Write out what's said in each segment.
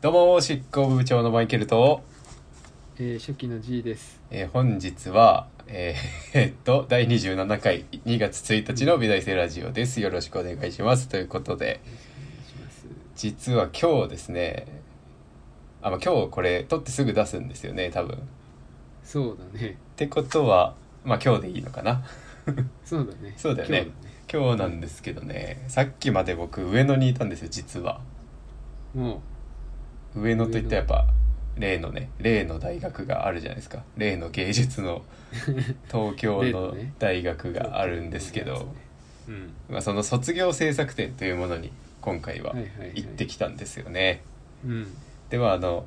どうも執行部長のマイケルと、えー初期の G です。えー本日はえー えっと第27回2月1日の美大生ラジオですよろしくお願いしますということでお願いします。実は今日ですねあ、まあ、今日これ撮ってすぐ出すんですよね多分っそうだね。てことはまあ今日でいいのかなそうだね。そうだよね今日今日なんですけどねさっきまで僕上野にいたんですよ実はだねも上野といったらやっぱ例のね例の大学があるじゃないですか例の芸術の東京例ののね大学うがあるんですけど、うん。まあ、その卒業制作展というものに今回ははいはいはい行ってきたんですよね。うん。ではあの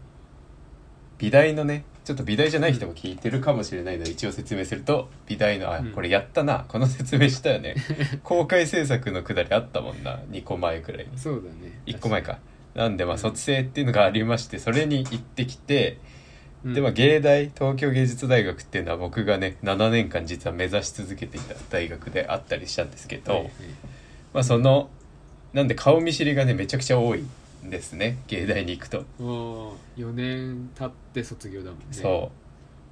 美大のねちょっと美大じゃない人も聞いてるかもしれないので一応説明すると美大のあうんこれやったなこの説明したよ ね公開制作のくだりあったもんな2個前くらいに。そうだね。 1個前かなんでまあうん卒生っていうのがありましてそれに行ってきて、うん。でまあ芸大東京芸術大学っていうのは僕がね7年間実は目指し続けていた大学であったりしたんですけど、はいはいまあそのなんで顔見知りがねめちゃくちゃ多いんですね芸大に行くと。もう4年経って卒業だもんね。そ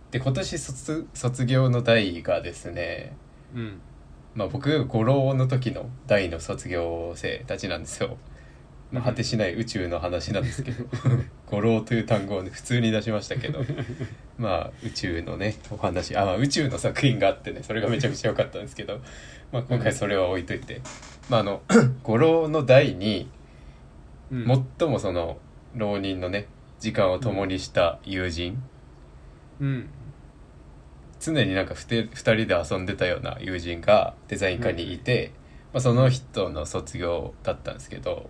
うで今年卒卒業の代がですね、う。うん。まあ、僕が五郎の時の代の卒業生たちなんですよ。まあ、うん果てしない宇宙の話なんですけ ど語呂という単語を、ね、普通に出しましたけどまあ宇宙のねお話あ、まあ、宇宙の作品があってねそれがめちゃくちゃ良かったんですけど、まあ、今回それは置いといて、まあ、あの語呂の代にうん。最もその浪人のね時間を共にした友人うん。常になんかふて2人で遊んでたような友人がデザイン科にいて、まあ、その人の卒業だったんですけど。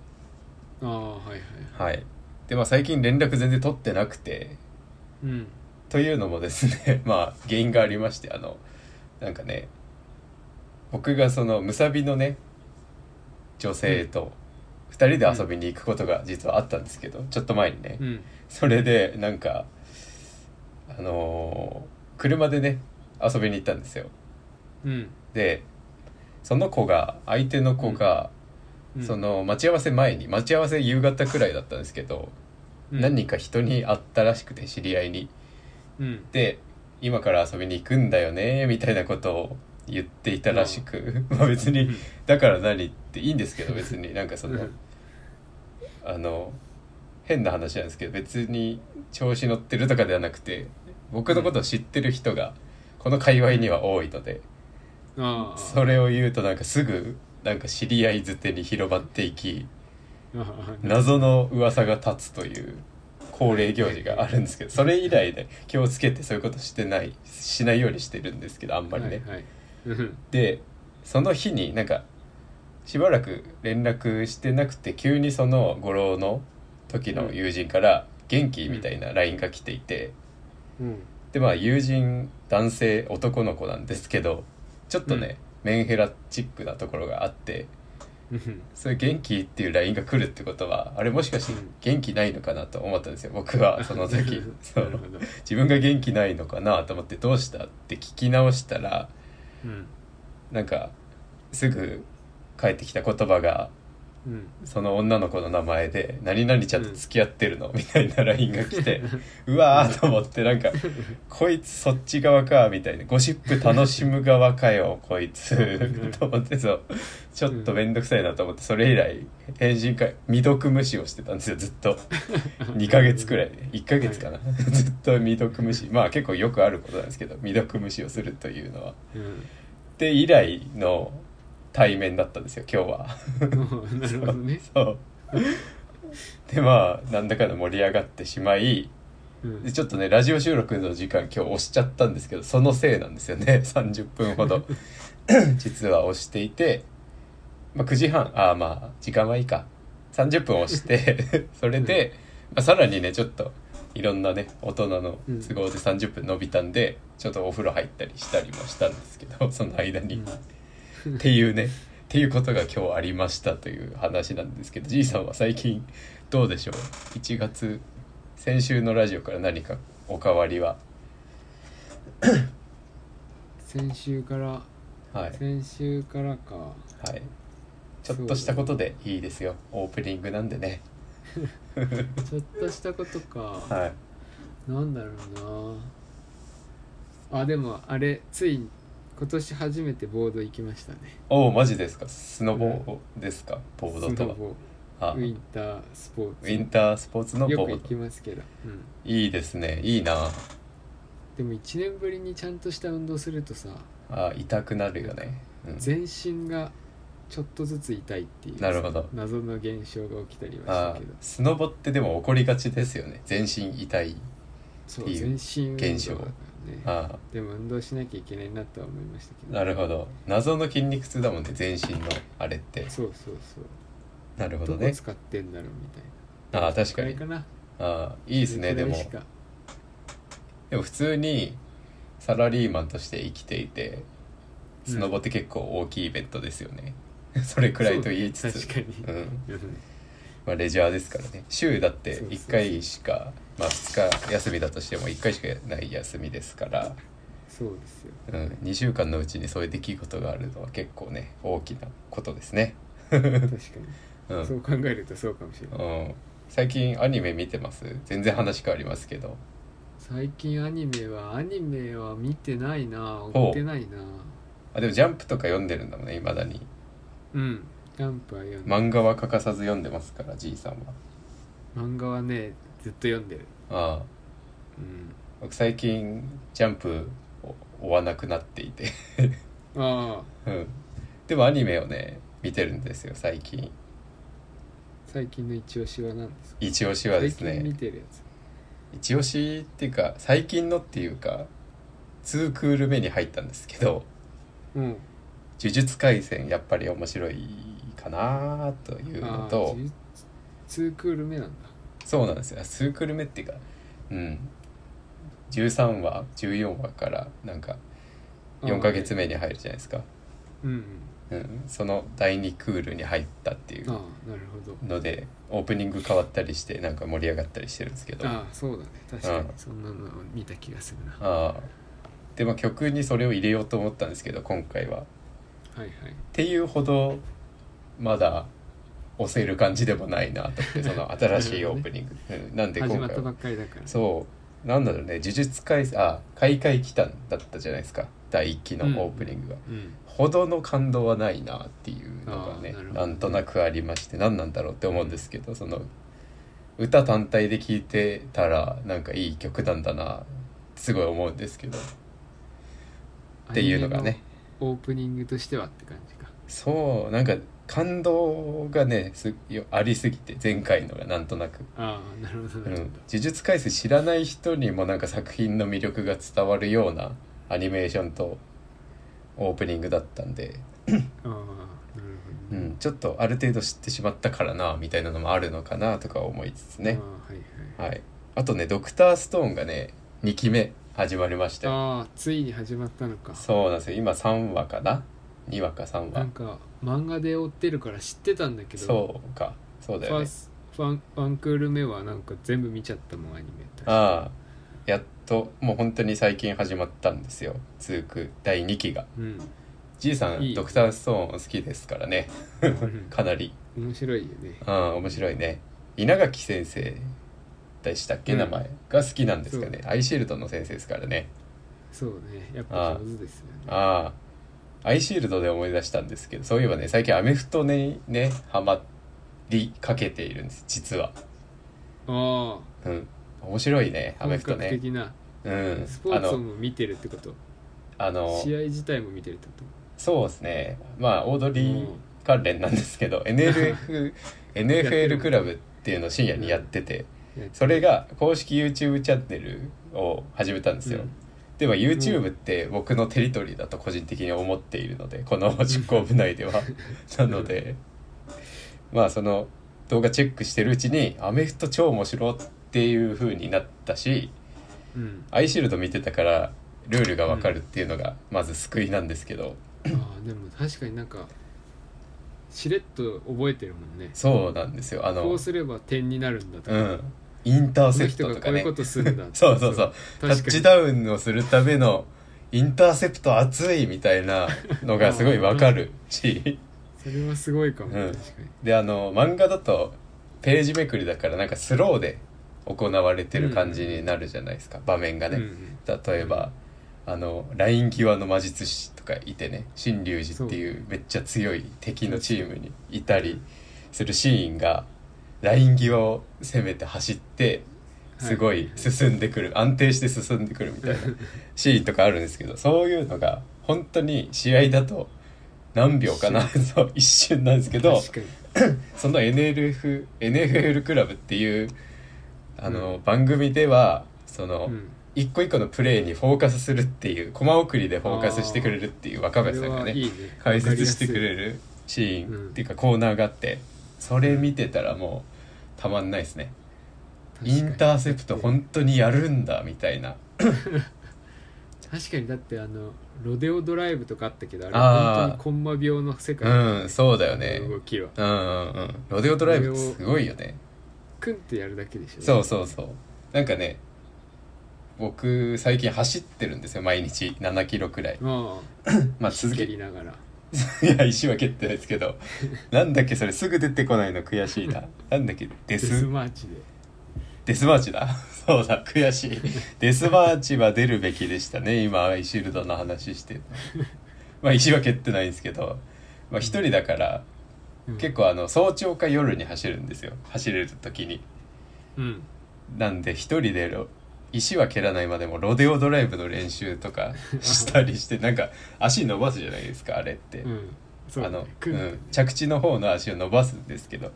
ああ、はいはい。はい。で、まあ最近連絡全然取ってなくて、うん。というのもですね、 まあ原因がありまして、あの、なんかね、僕がそのムサビのね、女性と二人で遊びに行くことが実はあったんですけど、ちょっと前にねう。ん。それで、なんか、あのー車でね、遊びに行ったんですよ。うん。で、その子が、相手の子が、うんそ、の待ち合わせ前に、待ち合わせ夕方くらいだったんですけど、うん何人か人に会ったらしくて知り合いにうん。で今から遊びに行くんだよねみたいなことを言っていたらしく、 まあ別うにんだから何っていいんですけど別 になんかその、うんあの変な話なんですけど別に調子乗ってるとかではなくて僕のことを知ってる人がこの界隈には多いので、ああ。それを言うとなんかすぐなんか知り合いづてに広まっていきああ。謎の噂が立つという恒例行事があるんですけどそれ以来ね気をつけてそういうことしてないしないようにしてるんですけどあんまりね。はいはい。うん。でその日になんかしばらく連絡してなくて急にその五郎の時の友人から「元気?」みたいな LINE が来ていてうん。でまあ友人男性男の子なんですけどちょっとね、メンヘラチックなところがあって。うん。そういう元気っていう LINE が来るってことはあれもしかしてうん元気ないのかなと思ったんですよ僕は その時そなるうほど。自分が元気ないのかなと思ってどうしたって聞き直したらうん。なんかすぐ返ってきた言葉が うん。その女の子の名前で「何々ちゃんと付き合ってるの?」みたいな LINE が来てうわーと思ってなんか「こいつそっち側か」みたいな「ゴシップ楽しむ側かよこいつ」と思ってそうちょっと面倒くさいなと思ってそれ以来返信会未読無視をしてたんですよずっと2ヶ月くらい1ヶ月かなずっと未読無視まあ結構よくあることなんですけど未読無視をするというのは。うん。で以来の対面だったんですよ今日は。うんなるほどね。そうでまあなんだかんだ盛り上がってしまいうんでちょっとねラジオ収録の時間今日押しちゃったんですけどそのせいなんですよね 30分ほど実は押していて、まあ、9時半ああまあ時間はいいか30分押してそれで、まあ、さらにねちょっといろんなね大人の都合で30分伸びたんでちょっとお風呂入ったりしたりもしたんですけどその間に。っていうねっていうことが今日ありましたという話なんですけどじいさんは最近どうでしょう1月先週のラジオから何かお変わりは先週から、はい、は先週からかい、ちょっとしたことでいいですよオープニングなんでねちょっとしたことかはいなんだろうなあでもあれつい今年初めてボード行きましたねおおマジですかスノボですかボードスノとボはあウウィンタースポーツィンタースポーツのよボく行ーきドますけど、うん、いいですねいいなでも1年ぶりにちゃんとした運動するとさあ痛くなるよね、うん、全身がちょっとずつ痛いっていうなるほど謎の現象が起きたりはしあたけどスノボってでも起こりがちですよね全身痛いそってうい全う身運動現象だからねああでも運動しなきゃいけないなとは思いましたけどなるほど謎の筋肉痛だもんね全身のあれってそうそうそうなるほどどこね使ってんだろうみたいなああ確こかれにかなああいいいですねでもでも普通にサラリーマンとして生きていてスノボって結構大きいイベントですよね、 それくらいと言いつつ確かに、うんうんまあ、レジャーですからね週だってそうそう1回しかまあ2日休みだとしても1回しかない休みですから、そうで すようん、2週間のうちにそういう出来事があるのは結構ね大きなことです ね確かうにそん、う考えるとそうかもしれないうん、最近アニメ見てます全然話変わりますけど最近アニメはアニメは見てないなう追ってないなあでも「ジャンプ」とか読んでるんだもんねいまだにうんジャンプは読んで漫画は欠かさず読んでますからじいさんは漫画はねずっと読んでるああうん僕最近「ジャンプ」を追わなくなっていて、 ああうん、でもアニメをね見てるんですよ最近最近の一押しは何ですか一押しはです最近見ねてるやつ一押しっていうか最近のっていうか2クール目に入ったんですけどうん「呪術廻戦」やっぱり面白いかなというのああと呪術ツークール目なんだそうなんですよ2クール目っていうかうん13話14話からなんか4ヶ月目に入るじゃないですか、うんうんうん、その第2クールに入ったっていうああなるほどのでオープニング変わったりしてなんか盛り上がったりしてるんですけどあああそうだね確かにうんそんなの見た気がするなはあでも曲にそれを入れようと思ったんですけど今回は。っいはいていうほどまだ押せる感じでもないなと思ってその新しいオープニング、うん、なんで始今まっ回たばはっかりだからそうなんだろうね呪術廻戦あ開会期間だったじゃないですか第1期のオープニングが、うんほどの感動はないなっていうのがねなあーなるほどんとなくありまして何なんだろうって思うんですけどその歌単体で聴いてたらなんかいい曲なんだなすごい思うんですけどっていうのがねアニメのオープニングとしてはって感じかそうなんか感動がねすよありすぎて前回のがなんとなく。ああなるほどう、なんるほ呪術廻戦知らない人にもなんか作品の魅力が伝わるようなアニメーションとオープニングだったんでど、ああなるほうどね、ん、ちょっとある程度知ってしまったからなみたいなのもあるのかなとか思いつつね、ああはいはい、はい、あとね「ドクターストーンがね2期目始まりましたよああついに始まったのかそうなんですよ今3話かな2話か3な話んか漫画で追ってるから知ってたんだけどそうかそうだファよーねスワンワンクール目はなんか全部見ちゃったもんアニメああやっともう本当に最近始まったんですよ続く第2期がうんじいさんいいドクターストーン好きですからね かなり面白いよねああ面白いね稲垣先生でしたっけ、うん名前が好きなんですかねアイシールドの先生ですからねそうねやっぱ上手ですよねああアイシールドで思い出したんですけどそういえばね最近アメフトにねハマりかけているんです実はあうん面白いねあアメ本フト格ね的なうんスポあーツをのも見てるってことあの試合自体も見てるってこそうですねまあオードリーうん関連なんです けど NLF やってる NFL クラブっていうのを深夜にやっててとやっそれが公式 YouTube チャンネルを始めたんですよ、うんでも YouTube って僕のテリトリーだと個人的に思っているので この執行部内ではなのでまあその動画チェックしてるうちにアメフト超面白っていう風になったしうんアイシールド見てたからルールがわかるっていうのがまず救いなんですけど、ああでも確かになんかしれっと覚えてるもんねそうなんですよあこのうすれば点になるんだとうか、んインターこセのプ人トがとこかういうねことするんだ そうそうそうタ確ッかチにダウンをするためのインターセプト熱いみたいなのがすごいわかるし それはすごいかも、うん確かにであの漫画だとページめくりだからなんかスローで行われてる感じになるじゃないですか、場面がね、うん例えばあのライン際の魔術師とかいてね新龍寺っていうめっちゃ強い敵のチームにいたりするシーンがライン際を攻めて走ってすごい進んでくる、安定して進んでくるみ たいなシーンとかあるんですけどそういうのが本当に試合だと何秒かなそう一瞬なんですけど確かにその NLF NFL クラブっていうあの、うん番組ではその。うん一個一個のプレーにフォーカスするっていうコマ送りでフォーカスしてくれるっていう若林さんがねこれはいいね解説してくれるるシーン、うんっていうかコーナーがあってそれ見てたらもうたまんないですねインターセプト確かに本当にやるんだみたいな確かにだってあのロデオドライブとかあったけどあれあー本当にコンマ秒の世界うんそうだよね動きはうんうんうんロデオドライブってすごいよねクンってやるだけでしょそうそうそうなんかね僕最近走ってるんですよ毎日7キロくらいあまああ続け蹴りながらいや石は蹴ってないですけ どなんだっけそれすぐ出てこないの悔しいななんだっけデデススマーチでデスマーチだ そうだ悔しいデスマーチは出るべきでしたね今アイシールドの話してまあ石は蹴ってないんですけどまあ、一人だからうん結構あの早朝か夜に走るんですよ走れる時にうんなんで一人でロ石は蹴らないまでもロデオドライブの練習と かしたりしてなんか足伸ばすじゃないですかあれって、うんそうあだねの、うクンってん、着地の方の足を伸ばすんですけど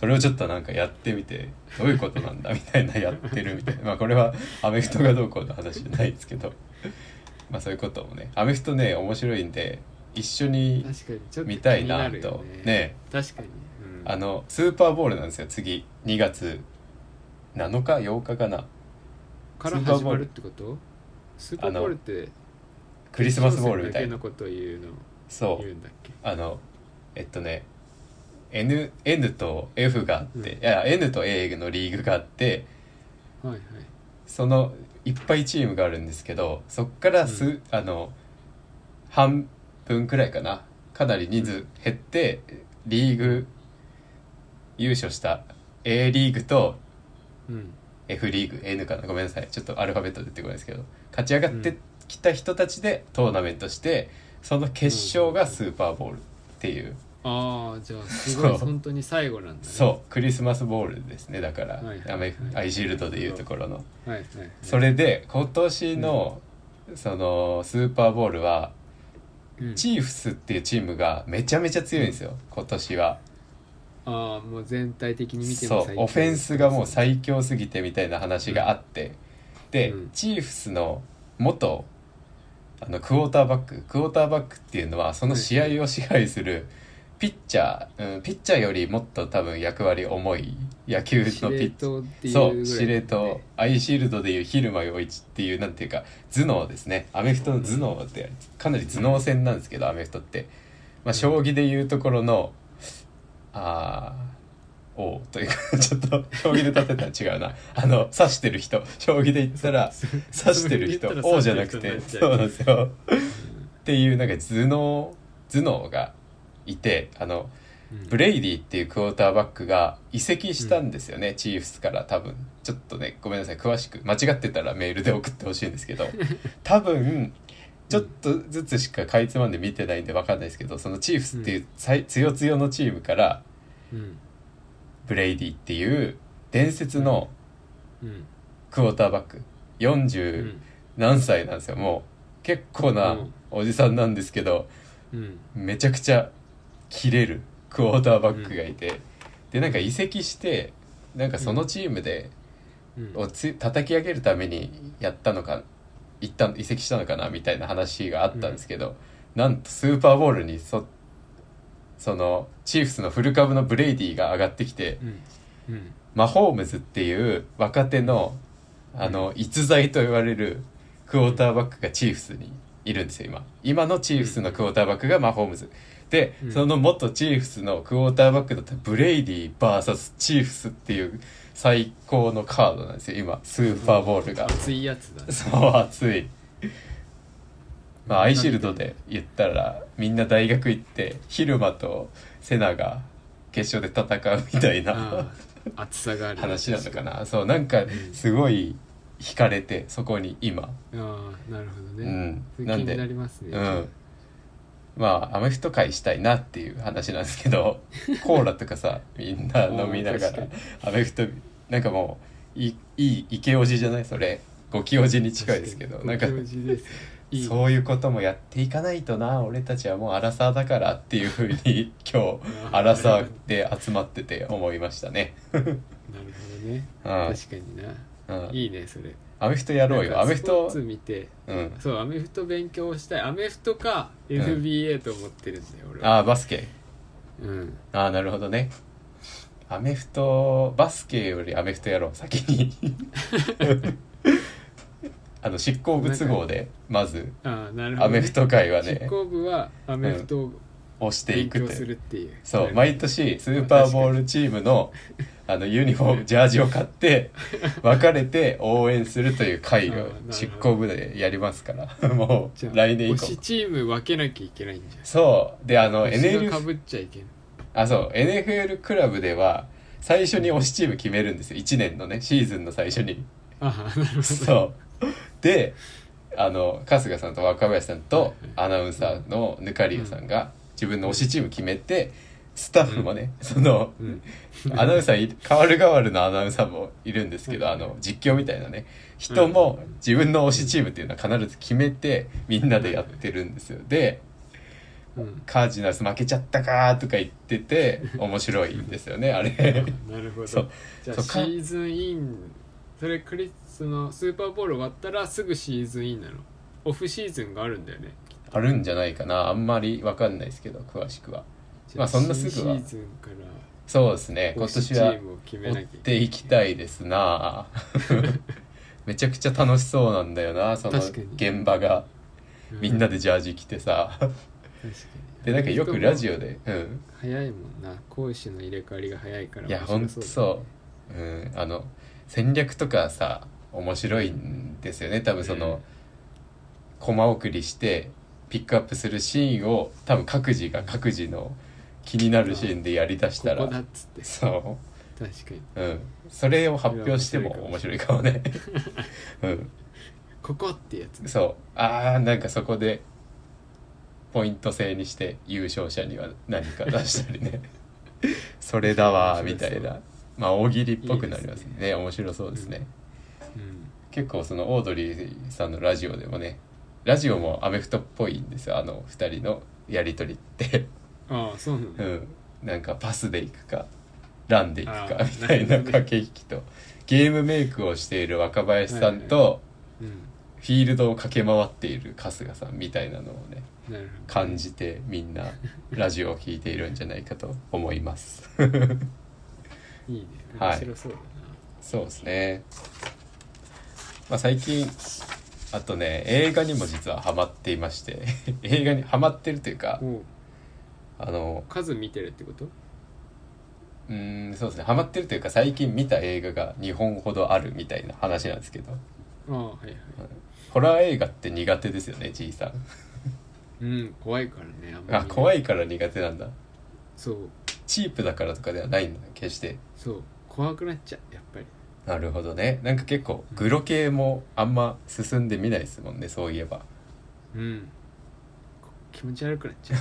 それをちょっとなんかやってみてどういうことなんだみたいなやってるみたいなまあこれはアメフトがどうこうの話じゃないですけどまあそういうこともねアメフトね面白いんで一緒に確かにちょっと見たいな気にるよとね確かに、うんあのスーパーボールなんですよ次2月7日8日かなからスーパー始ボまールるってことスーパーボールってクリスマスボールみたい決勝戦だけなのことを言うのそう言うんだっけあのえっとね N, N と F があって、ういんや N と A のリーグがあってはいはいそのいっぱいチームがあるんですけどそっからす、うんあの半分くらいかなかなり人数減ってリーグ優勝した A リーグとうん F リーグ N かなごめんなさいちょっとアルファベット出てこないですけど勝ち上がってきた人たちでトーナメントしてその決勝がスーパーボールっていう、ああじゃあすごいそう本当に最後なんだねそうクリスマスボールですねだから、はいはいアメアイシールドでいうところの。うはいはいそれで今年の、そのスーパーボールはうんチーフスっていうチームがめちゃめちゃ強いんですよ今年はああもう全体的に見てもそうオフェンスがもう最強すぎてみたいな話があってで、うんチーフスの元あのクォーターバッククォーターバックっていうのはその試合を支配するピッチャー、うん、ピッチャーよりもっと多分役割重い野球のピ司令ッチャー塔っていうぐらいそだよねう司令塔アイシールドでいう蛭間陽一っていうなんていうか頭脳ですねアメフトの頭脳ってかなり頭脳戦なんですけどアメフトって、まあ、将棋でいうところのあー王というか ちょっと将棋で立てたら違うなあの指してる人将棋で言ったら指してる人そう言ったら王じゃなくて指してるそ人うなになでんっすよっていうなんか頭脳頭脳がいてあのうんブレイディっていうクォーターバックが移籍したんですよね、チーフスから多分ちょっとねごめんなさい詳しく間違ってたらメールで送ってほしいんですけど多分ちょっとずつしかかいつまんで見てないんで分かんないですけどそのチーフスっていうさい強強のチームからうんブレイディっていう伝説のうんクォーターバックう40ん何歳なんですよもう結構なうんおじさんなんですけど、うんめちゃくちゃ切れるクォーターバックがいて、でなんか移籍してなんかそのチームで、うんをつ叩き上げるためにやったのか一旦移籍したのかなみたいな話があったんですけど、なんとスーパーボールにそそのチーフスのフル株のブレイディが上がってきて、うんうんマホームズっていう若手のあの逸材と言われるクォーターバックがチーフスにいるんですよ今今のチーフスのクォーターバックがマホームズでうんその元チーフスのクォーターバックだったブレイディ VS チーフスっていう最高のカードなんですよ今スーパーボールが、熱いやつだねそう熱いまあアイシールドで言ったらみんな大学行って昼間とセナが決勝で戦うみたいなああ厚さがある話なのかなそうなんかすごい惹かれてそこに今ああなるほうどね、んそれな気んになでりますねうんまあアメフト会したいなっていう話なんですけ どコーラとかさみんな飲みながあー確からアメフトなんかもういいいイケオジじゃないそれごきおじに近いですけどなんかご教示ですいいそういうこともやっていかないとな俺たちはもうアラサーだからっていうふう に今日あーアラサなるーで集まってて思いましたね。ほどねうん確かになうん、いいねそれアメフトやろうなんよかアメフスポートツ見てうんそうアメフト勉強したいアメフトかん NBA と思ってるんだよ俺はああバスケうんああなるほどねアメフトバスケよりアメフトやろう先 にあの執行物号でまずああなるほどアメねフト界は執ね行部はアメフトを押してい勉く強とすいるうっていうそうなる毎年スーパーボールチームのあのユニフォームジャージを買って別れて応援するという会あーなをるほど執行部でやりますから もじゃうあ来年以降推しチーム分けなきゃいけないんじゃんそうであの推し NFL がかぶっちゃいけないあ、そう、NFL クラブでは、最初に推しチーム決めるんですよ。1年のね、シーズンの最初 に。ああなるほどそう。で、あの、春日さんと若林さんと、はアナウンサーのぬかりゆさんが、自分の推しチーム決めて、スタッフもね、その、うんアナウンサーい、 代わる代わるのアナウンサーもいるんですけど、はいあの、実況みたいなね、人も自分の推しチームっていうのは必ず決めて、みんなでやってるんですよ。で、うんカージナルス負けちゃったかーとか言って て、面白いんですよね、ああ れ。あなるほどそうじゃあそうシかーズンインそれクリスのスーパーボール終わったらすぐシーズンインなのオフシーズンがあるんだよねあるんじゃないかなあんまりわかんないですけど詳しくはじゃまあそんなすぐは新シーズンからそうですね今推し年チはームを決め追なっきゃていきたいですな めちゃくちゃ楽しそうなんだよなその確かに現場がうみんなでジャージ着てさ確かにでなんかよくラジオでうん早いもんな攻守の入れ替わりが早いからいやほんとそう、うん、あの戦略とかさ面白いんですよね多分その、駒送りしてピックアップするシーンを多分各自が各自の気になるシーンでやりだしただらここだっつってそ確かにう、うん、それを発表しても面面白いかも ねうんここってやつねそうあーなんかそこでポイント制にして優勝者には何か出したり ねそれだわーみたいなまあ大喜利っぽくなりますねいい面白そうですね、うん結構そのオードリーさんのラジオでもねラジオもアメフトっぽいんですよあの2人のやり取りって、ああそうなのうん、なんかパスで行くかランで行くあかーみたいななるほどね駆け引きとゲームメイクをしている若林さんはとうんフィールドを駆け回っている春日さんみたいなのをねなるほど感じてみんなラジオを聴いているんじゃないかと思いますいいねはい面白そうだな、そうですね、まあ、最近あとね映画にも実はハマっていまして 映画にハマってるというかおうあの数見てるってことうーんそうですねハマってるというか最近見た映画が2本ほどあるみたいな話なんですけどああはいはいホラー映画って苦手ですよねじいさんうん怖いからねあんまりあ怖いいから苦手なんだそうチープだからとかではないんだ決してそう怖くなっちゃうやっぱりなるほどねなんか結構グロ系もあんま進んでみないですもんねそういえばうんこ気持ち悪くなっちゃ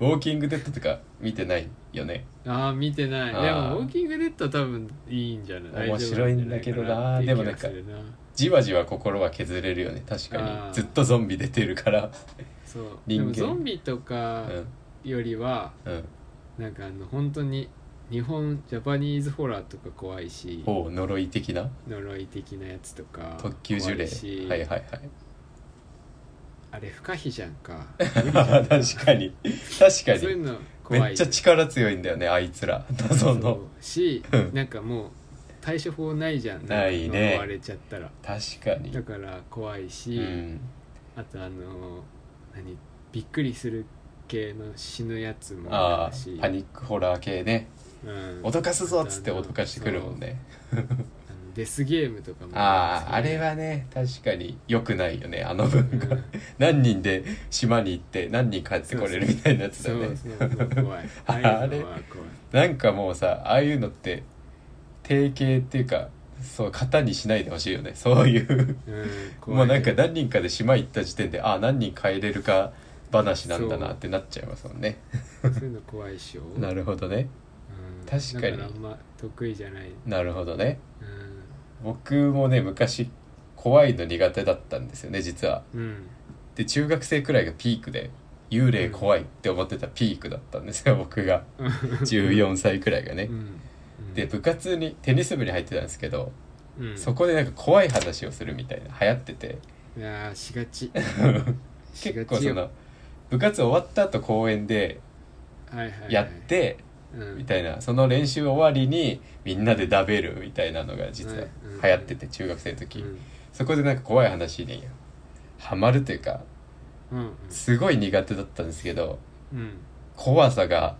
う ウォーキングデッドとか見てないよねああ見てないであーもウォーキングデッドは多分いいんじゃない面白いんだけどな大丈夫じゃでいかもっていう気がするなじわじわ心は削れるよね確かあにーずっとゾンビ出てるからそうで人間もゾンビとうかんよりは、うんなんかあの本当に日本ジャパニーズホラーとか怖いしおう呪い的な呪い的なやつとか特級呪怖霊いし、はいはいあれ不可避じゃんかはい 確かに確かそういうにの怖いめっちゃ力強いんだよねあいつら謎そのうしうんなんかもう対処法ないじゃんないね追われちゃったら確かにだから怖いし、うんあとあの何びっくりする系の死ぬやつもあるしあパニックホラー系ねうん、脅かすぞっつって脅かしてくるもんねあのデスゲームとかもあああれははね確かに良くないよねあの文化何人で島に行って何人帰ってこれるみたいなやつだそようねそうそう怖い あれああいうのは怖いなんかもうさああいうのって定型っていうかそう型にしないでほしいよねそういううんもうなんかだ何人かで島行った時点であ何人帰れるか話なんだなってなっちゃいますもんねそういうの怖いっしょなるほどねうん確かにだらあんま得意じゃない、なるほどねう僕もね昔怖いの苦手だったんですよね実はんうん、で中学生くらいがピークで幽霊怖いって思ってたピークだったんですよ僕 が14歳くらいがねうんで部活にテニス部に入ってたんですけどうん、そこでなんか怖い話をするみたいな流行ってていやーしがちし 結が構ちそよの部活終わった後公園ではいはいはいやってうんみたいなその練習終わりにみんなで食べるみたいなのが実は流行ってて中学生の時うんそこでなんか怖い話にハマるというかうんすごい苦手だったんですけどうん怖さが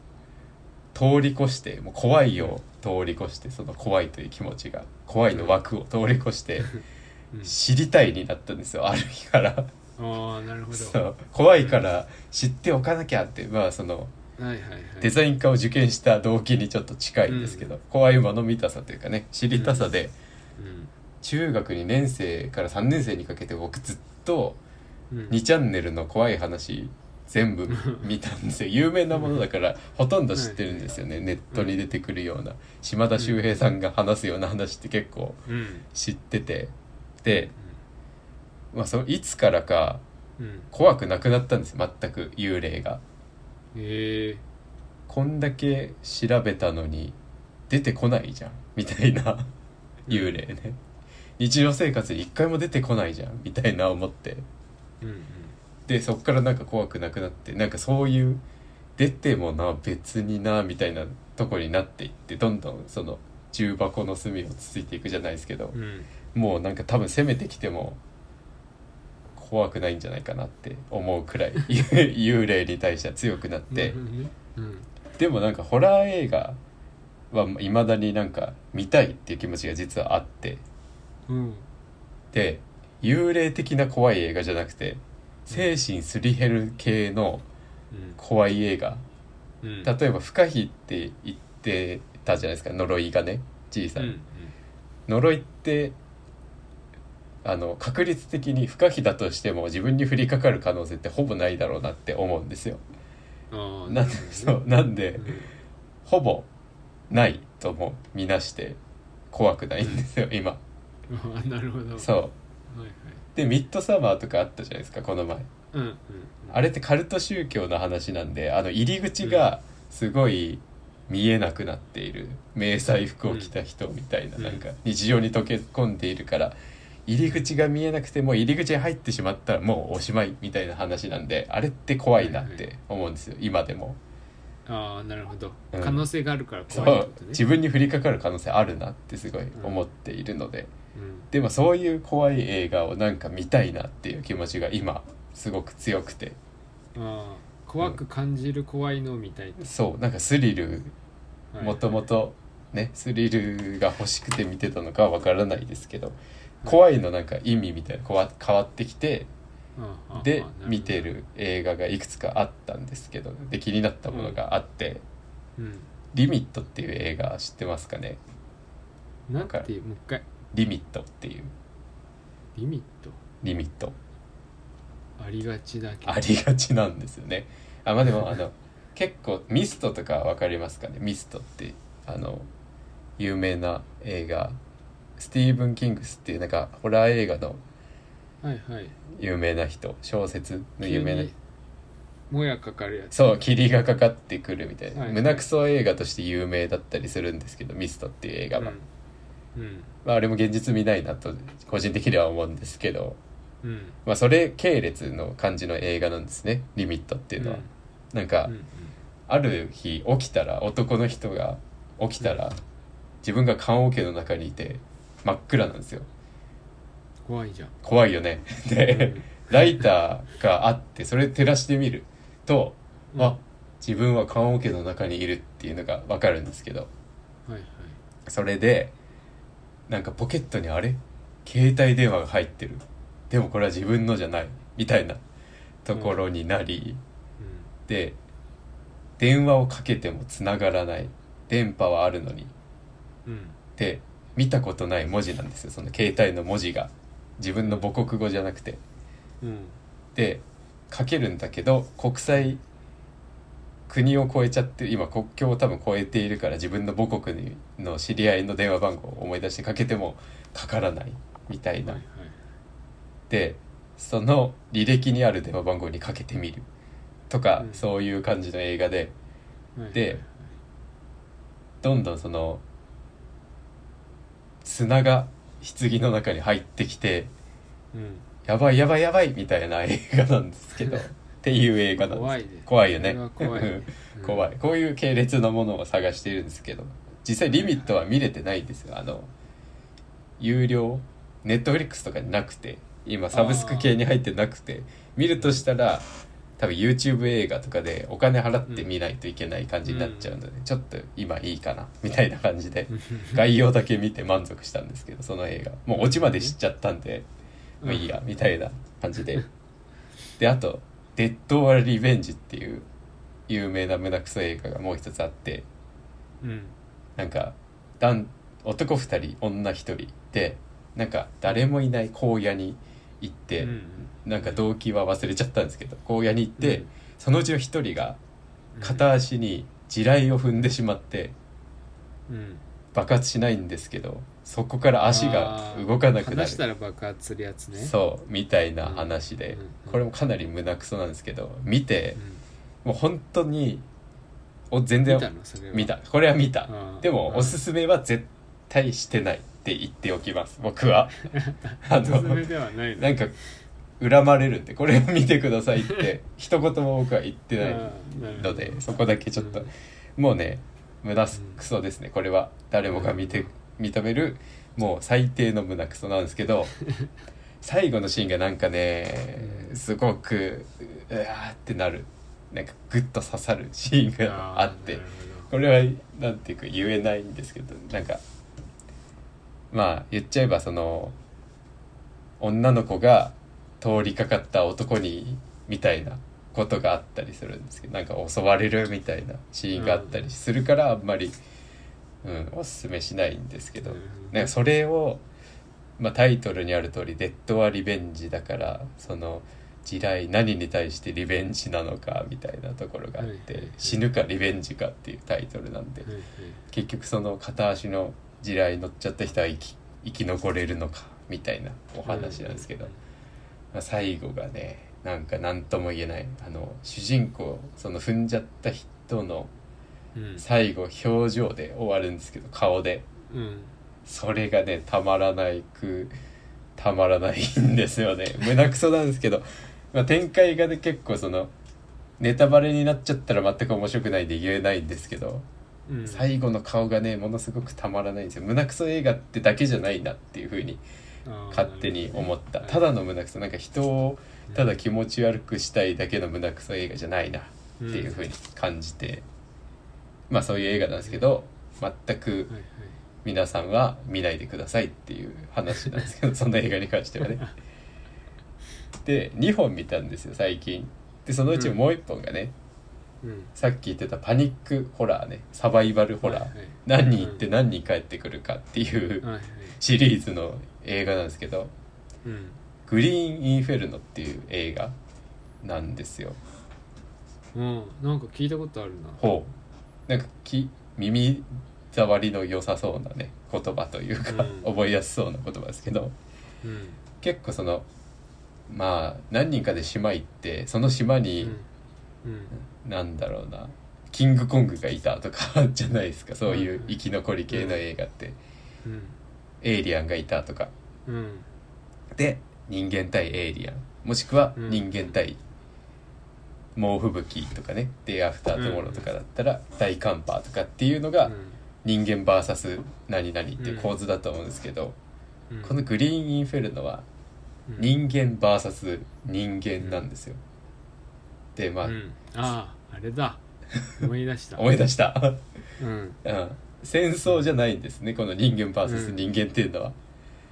通り越してもう怖いを通り越してその怖いという気持ちが怖いの枠を通り越してうん知りたいになったんですよある日からああなるほどそはう怖いから知っておかなきゃってまあそのいはいはいデザイン科を受験した動機にちょっと近いんですけど、怖いもの見たさというかね知りたさで中学2年生から3年生にかけて僕ずっとうんうん2チャンネルの怖い話全部見たんです よ有名なものだからほとんど知ってるんですよねネットに出てくるような島田秀平さんが話すような話って結構うん知っててで、まあ、そのいつからかうん怖くなくなったんですよ全く幽霊が。へえこんだけ調べたのに出てこないじゃんみたいな幽霊ね日常生活で一回も出てこないじゃんみたいな思ってうんうんでそっからなんか怖くなくなってなんかそういう出てもな別になみたいなとこになっていってどんどんその重箱の隅をつついていくじゃないですけどうんもうなんか多分攻めてきても怖くないんじゃないかなって思うくらい幽霊に対しては強くなって。うんうんうんでもなんかホラー映画はいまだになんか見たいっていう気持ちが実はあってうんで幽霊的な怖い映画じゃなくて精神すり減る系の怖い映画うん例えば「不可避」って言ってたじゃないですか呪いがねじいさ、うんん呪いってあの確率的に不可避だとしても自分に降りかかる可能性ってほぼないだろうなって思うんですよ。ああなんでそうなんで、うんほぼないとも見なして怖くないんですよ今ああなるほどはそういはいでミッドサマーとかあったじゃないですかこの前うんうんあれってカルト宗教の話なんであの入り口がすごい見えなくなっている迷彩服を着た人みたいなうんなんか日常に溶け込んでいるから入り口が見えなくても入り口に入ってしまったらもうおしまいみたいな話なんであれって怖いなって思うんですよ今でもああなるほどうん可能性があるからそ怖いってうことね自分に降りかかる可能性あるなってすごい思っているのでうんでもそういう怖い映画をなんか見たいなっていう気持ちが今すごく強くてああ怖く感じる怖いのみたいとそうなんかスリルはいもともとねスリルが欲しくて見てたのかはわからないですけど怖いのなんか意味みたいなこわ変わってきてああああなでほど見てる映画がいくつかあったんですけどで気になったものがあってうん「リミット」っていう映画知ってますかね?なんていうもう一回「リミット」っていうリミット「リミット」ありがちだけどありがちなんですよね。あまあでもあの結構ミストとかわかりますかねミストってあの有名な映画スティーブン・キングスっていうなんかホラー映画のはいはい有名な人小説の有名な急にもやかかるやつそう霧がかかってくるみたいな、はい胸くそ映画として有名だったりするんですけどミストっていう映画は、うんうんまあ、あれも現実見ないなと個人的には思うんですけど、うんまあ、それ系列の感じの映画なんですねリミットっていうのは、なんか、うんうんある日起きたら男の人が起きたら自分が棺桶の中にいて真っ暗なんですよ怖いじゃん怖いよねでライターがあってそれ照らしてみるとうんあ自分は棺桶の中にいるっていうのが分かるんですけどはいはいそれでなんかポケットにあれ携帯電話が入ってるでもこれは自分のじゃないみたいなところになり、で電話をかけてもつながらない電波はあるのにうんうんって見たことない文字なんですよその携帯の文字が自分の母国語じゃなくてうんで書けるんだけど国際国を越えちゃって今国境を多分越えているから自分の母国の知り合いの電話番号を思い出してかけてもかからないみたいなはいはいでその履歴にある電話番号にかけてみるとか、うんそういう感じの映画ではいはいでどんどんその砂が棺の中に入ってきてうんやばいやばいやばいみたいな映画なんです けどっていう映画なんです怖いね怖いよねそれは怖いね怖いこういう系列のものを探しているんですけど実際リミットは見れてないんですよあの有料ネットフリックスとかになくて今サブスク系に入ってなくて見るとしたら多分 YouTube 映画とかでお金払って見ないといけない感じになっちゃうので、ちょっと今いいかなみたいな感じでうん 概要だけ見て満足したんですけどその映画もうオチまで知っちゃったんで、うんまあいいやみたいな感じでであと「デッド・オア・リベンジ」っていう有名な胸クソ映画がもう一つあってうんなんか男男2人女1人でなんか誰もいない荒野に行って、うんなんか動機は忘れちゃったんですけど荒野に行って、うんそのうちの1人が片足に地雷を踏んでしまってうん爆発しないんですけどそこから足が動かなくな離るしたら爆発するやつねそうみたいな話で、うんうんうんこれもかなり胸クソなんですけど見てうん、もう本当にお全然見たのそれは見たこれは見たあーでもあーおすすめは絶対してないって言っておきます僕 はあおすのすめではないのなんか恨まれるんでこれを見てくださいって一言も僕は言ってなあいーなるほどのでそこだけちょっとうんもうね胸クソですねこれは誰もが見て認めるもう最低の胸クソなんですけ ど最後のシーンがなんかねすごくうわーってなるなんかグッと刺さるシーンがあってーなるほこれはなんていうか言えないんですけどなんかまあ言っちゃえばその女の子が通りかかった男にみたいなことがあったりするんですけどなんか襲われるみたいなシーンがあったりするからあんまり、うん、おすすめしないんですけどなるほどなんかそれを、まあ、タイトルにある通り「デッド・はリベンジ」だからその地雷何に対してリベンジなのかみたいなところがあっはいはいてはい「死ぬかリベンジか」っていうタイトルなんでどはい結局その片足の地雷乗っちゃった人は生き生き残れるのかみたいなおはい話なんですけどうん、まあ、最後がねなんか何とも言えないあの主人公その踏んじゃった人のうん最後表情で終わるんですけど顔で。うんそれがねたまらないくたまらないんですよね 胸くそなんですけど、まあ、展開がね結構そのネタバレになっちゃったら全く面白くないんで言えないんですけど、うん最後の顔がねものすごくたまらないんですよ胸くそ映画ってだけじゃないなっていうふうにあー勝手に思った、なるたほどだの胸くそなんか人をただ気持ち悪くしたいだけの胸くそ映画じゃないなっていうふうに感じて、まあそういう映画なんですけど全く、はいはい皆さんは見ないでくださいっていう話なんですけどその映画に関してはね。で2本見たんですよ最近。でそのうちもう1本がね、うんさっき言ってたパニックホラーねサバイバルホラー、はいはい何人行って何人帰ってくるかっていうはいはいシリーズの映画なんですけどうん「グリーン・インフェルノ」っていう映画なんですよ。うんなんか聞いたことあるなほうなんかき耳障りの良さそうなね言葉というか、うん覚えやすそうな言葉ですけど。うん結構そのまあ何人かで島行ってその島に、うんなんだろうなキングコングがいたとか じゃないですかそういううん生き残り系の映画って、うんエイリアンがいたとかうんうんで人間対エイリアンもしくはうん人間対猛吹雪とかね「デイ・アフター・トゥモロー」とかだったら大寒波とかっていうのが人間 VS 何々っていう構図だと思うんですけど、うんこの「グリーン・インフェルノ」はうん人間 VS 人間なんですよ。でまあ、うんあああれ だ思い出した思い出した、 うんうん、戦争じゃないんですねこの人間う VS ん人間っていうのは、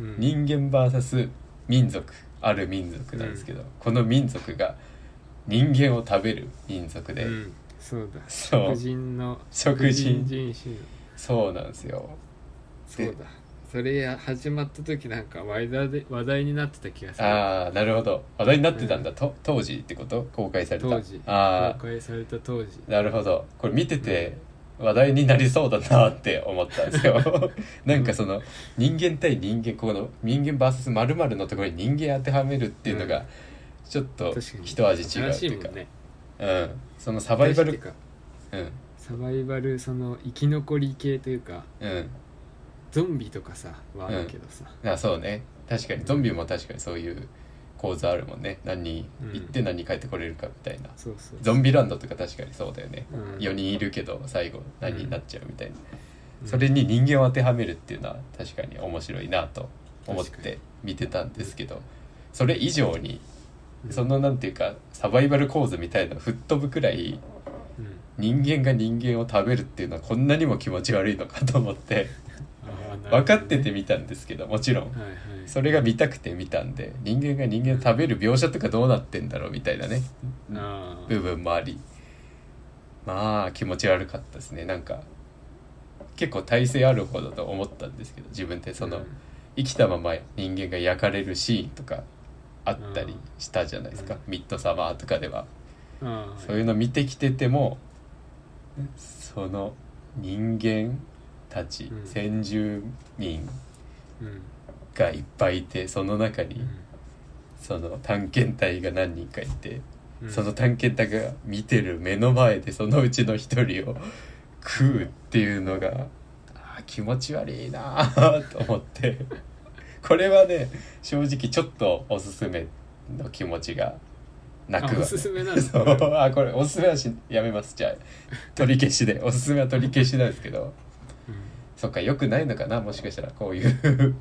うん人間 VS 民族ある民族なんですけど、この民族が人間を食べる民族で、うんそうだそう食人の食人人種そうなんですよ。そうだそれや始まった時なんか話題で話題になってた気がするああなるほど話題になってたんだ、うんと当時ってこと公開された当時あ公開された当時あなるほどこれ見てて話題になりそうだなって思ったんです よなんかその人間対人間ここの人間 VS 〇〇のところに人間当てはめるっていうのうがちょっと確かに一味違うっ新てしいいうもかんねうん、そのサバイバル新しいっていうかうんサバイバルその生き残り系というかうんゾンビとかさはあるけどさ、あそうね確かにゾンビも確かにそういう構図あるもんね何行って何帰ってこれるかみたいな、そうそうゾンビランドとか確かにそうだよね、うん4人いるけど最後何になっちゃうみたいな、うんそれに人間を当てはめるっていうのは確かに面白いなと思っ確かにて見てたんですけどそれ以上にうんそのなんていうかサバイバル構図みたいなの吹っ飛ぶくらいうん人間が人間を食べるっていうのはこんなにも気持ち悪いのかと思って あーなるほどね分かってて見たんですけどもちろんはいはいそれが見たくて見たんで人間が人間を食べる描写とかどうなってんだろうみたいなねあ部分もありまあ気持ち悪かったですねなんか結構耐性ある方だと思ったんですけど自分ってその、うん生きたまま人間が焼かれるシーンとかあったりしたじゃないですか、うミッドサマーとかでは、あそういうの見てきててもその人間たち、うん先住民うんうんがいっぱいいてその中に、その探検隊が何人かいて、うんその探検隊が見てる目の前でそのうちの一人を食うっていうのがあー気持ち悪いなあと思って これはね正直ちょっとおすすめの気持ちがなくはあおすすめなんだそうあこれおすすめはしやめますじゃあ取り消しでおすすめは取り消しなんですけどうんそっかよくないのかなもしかしたらこういう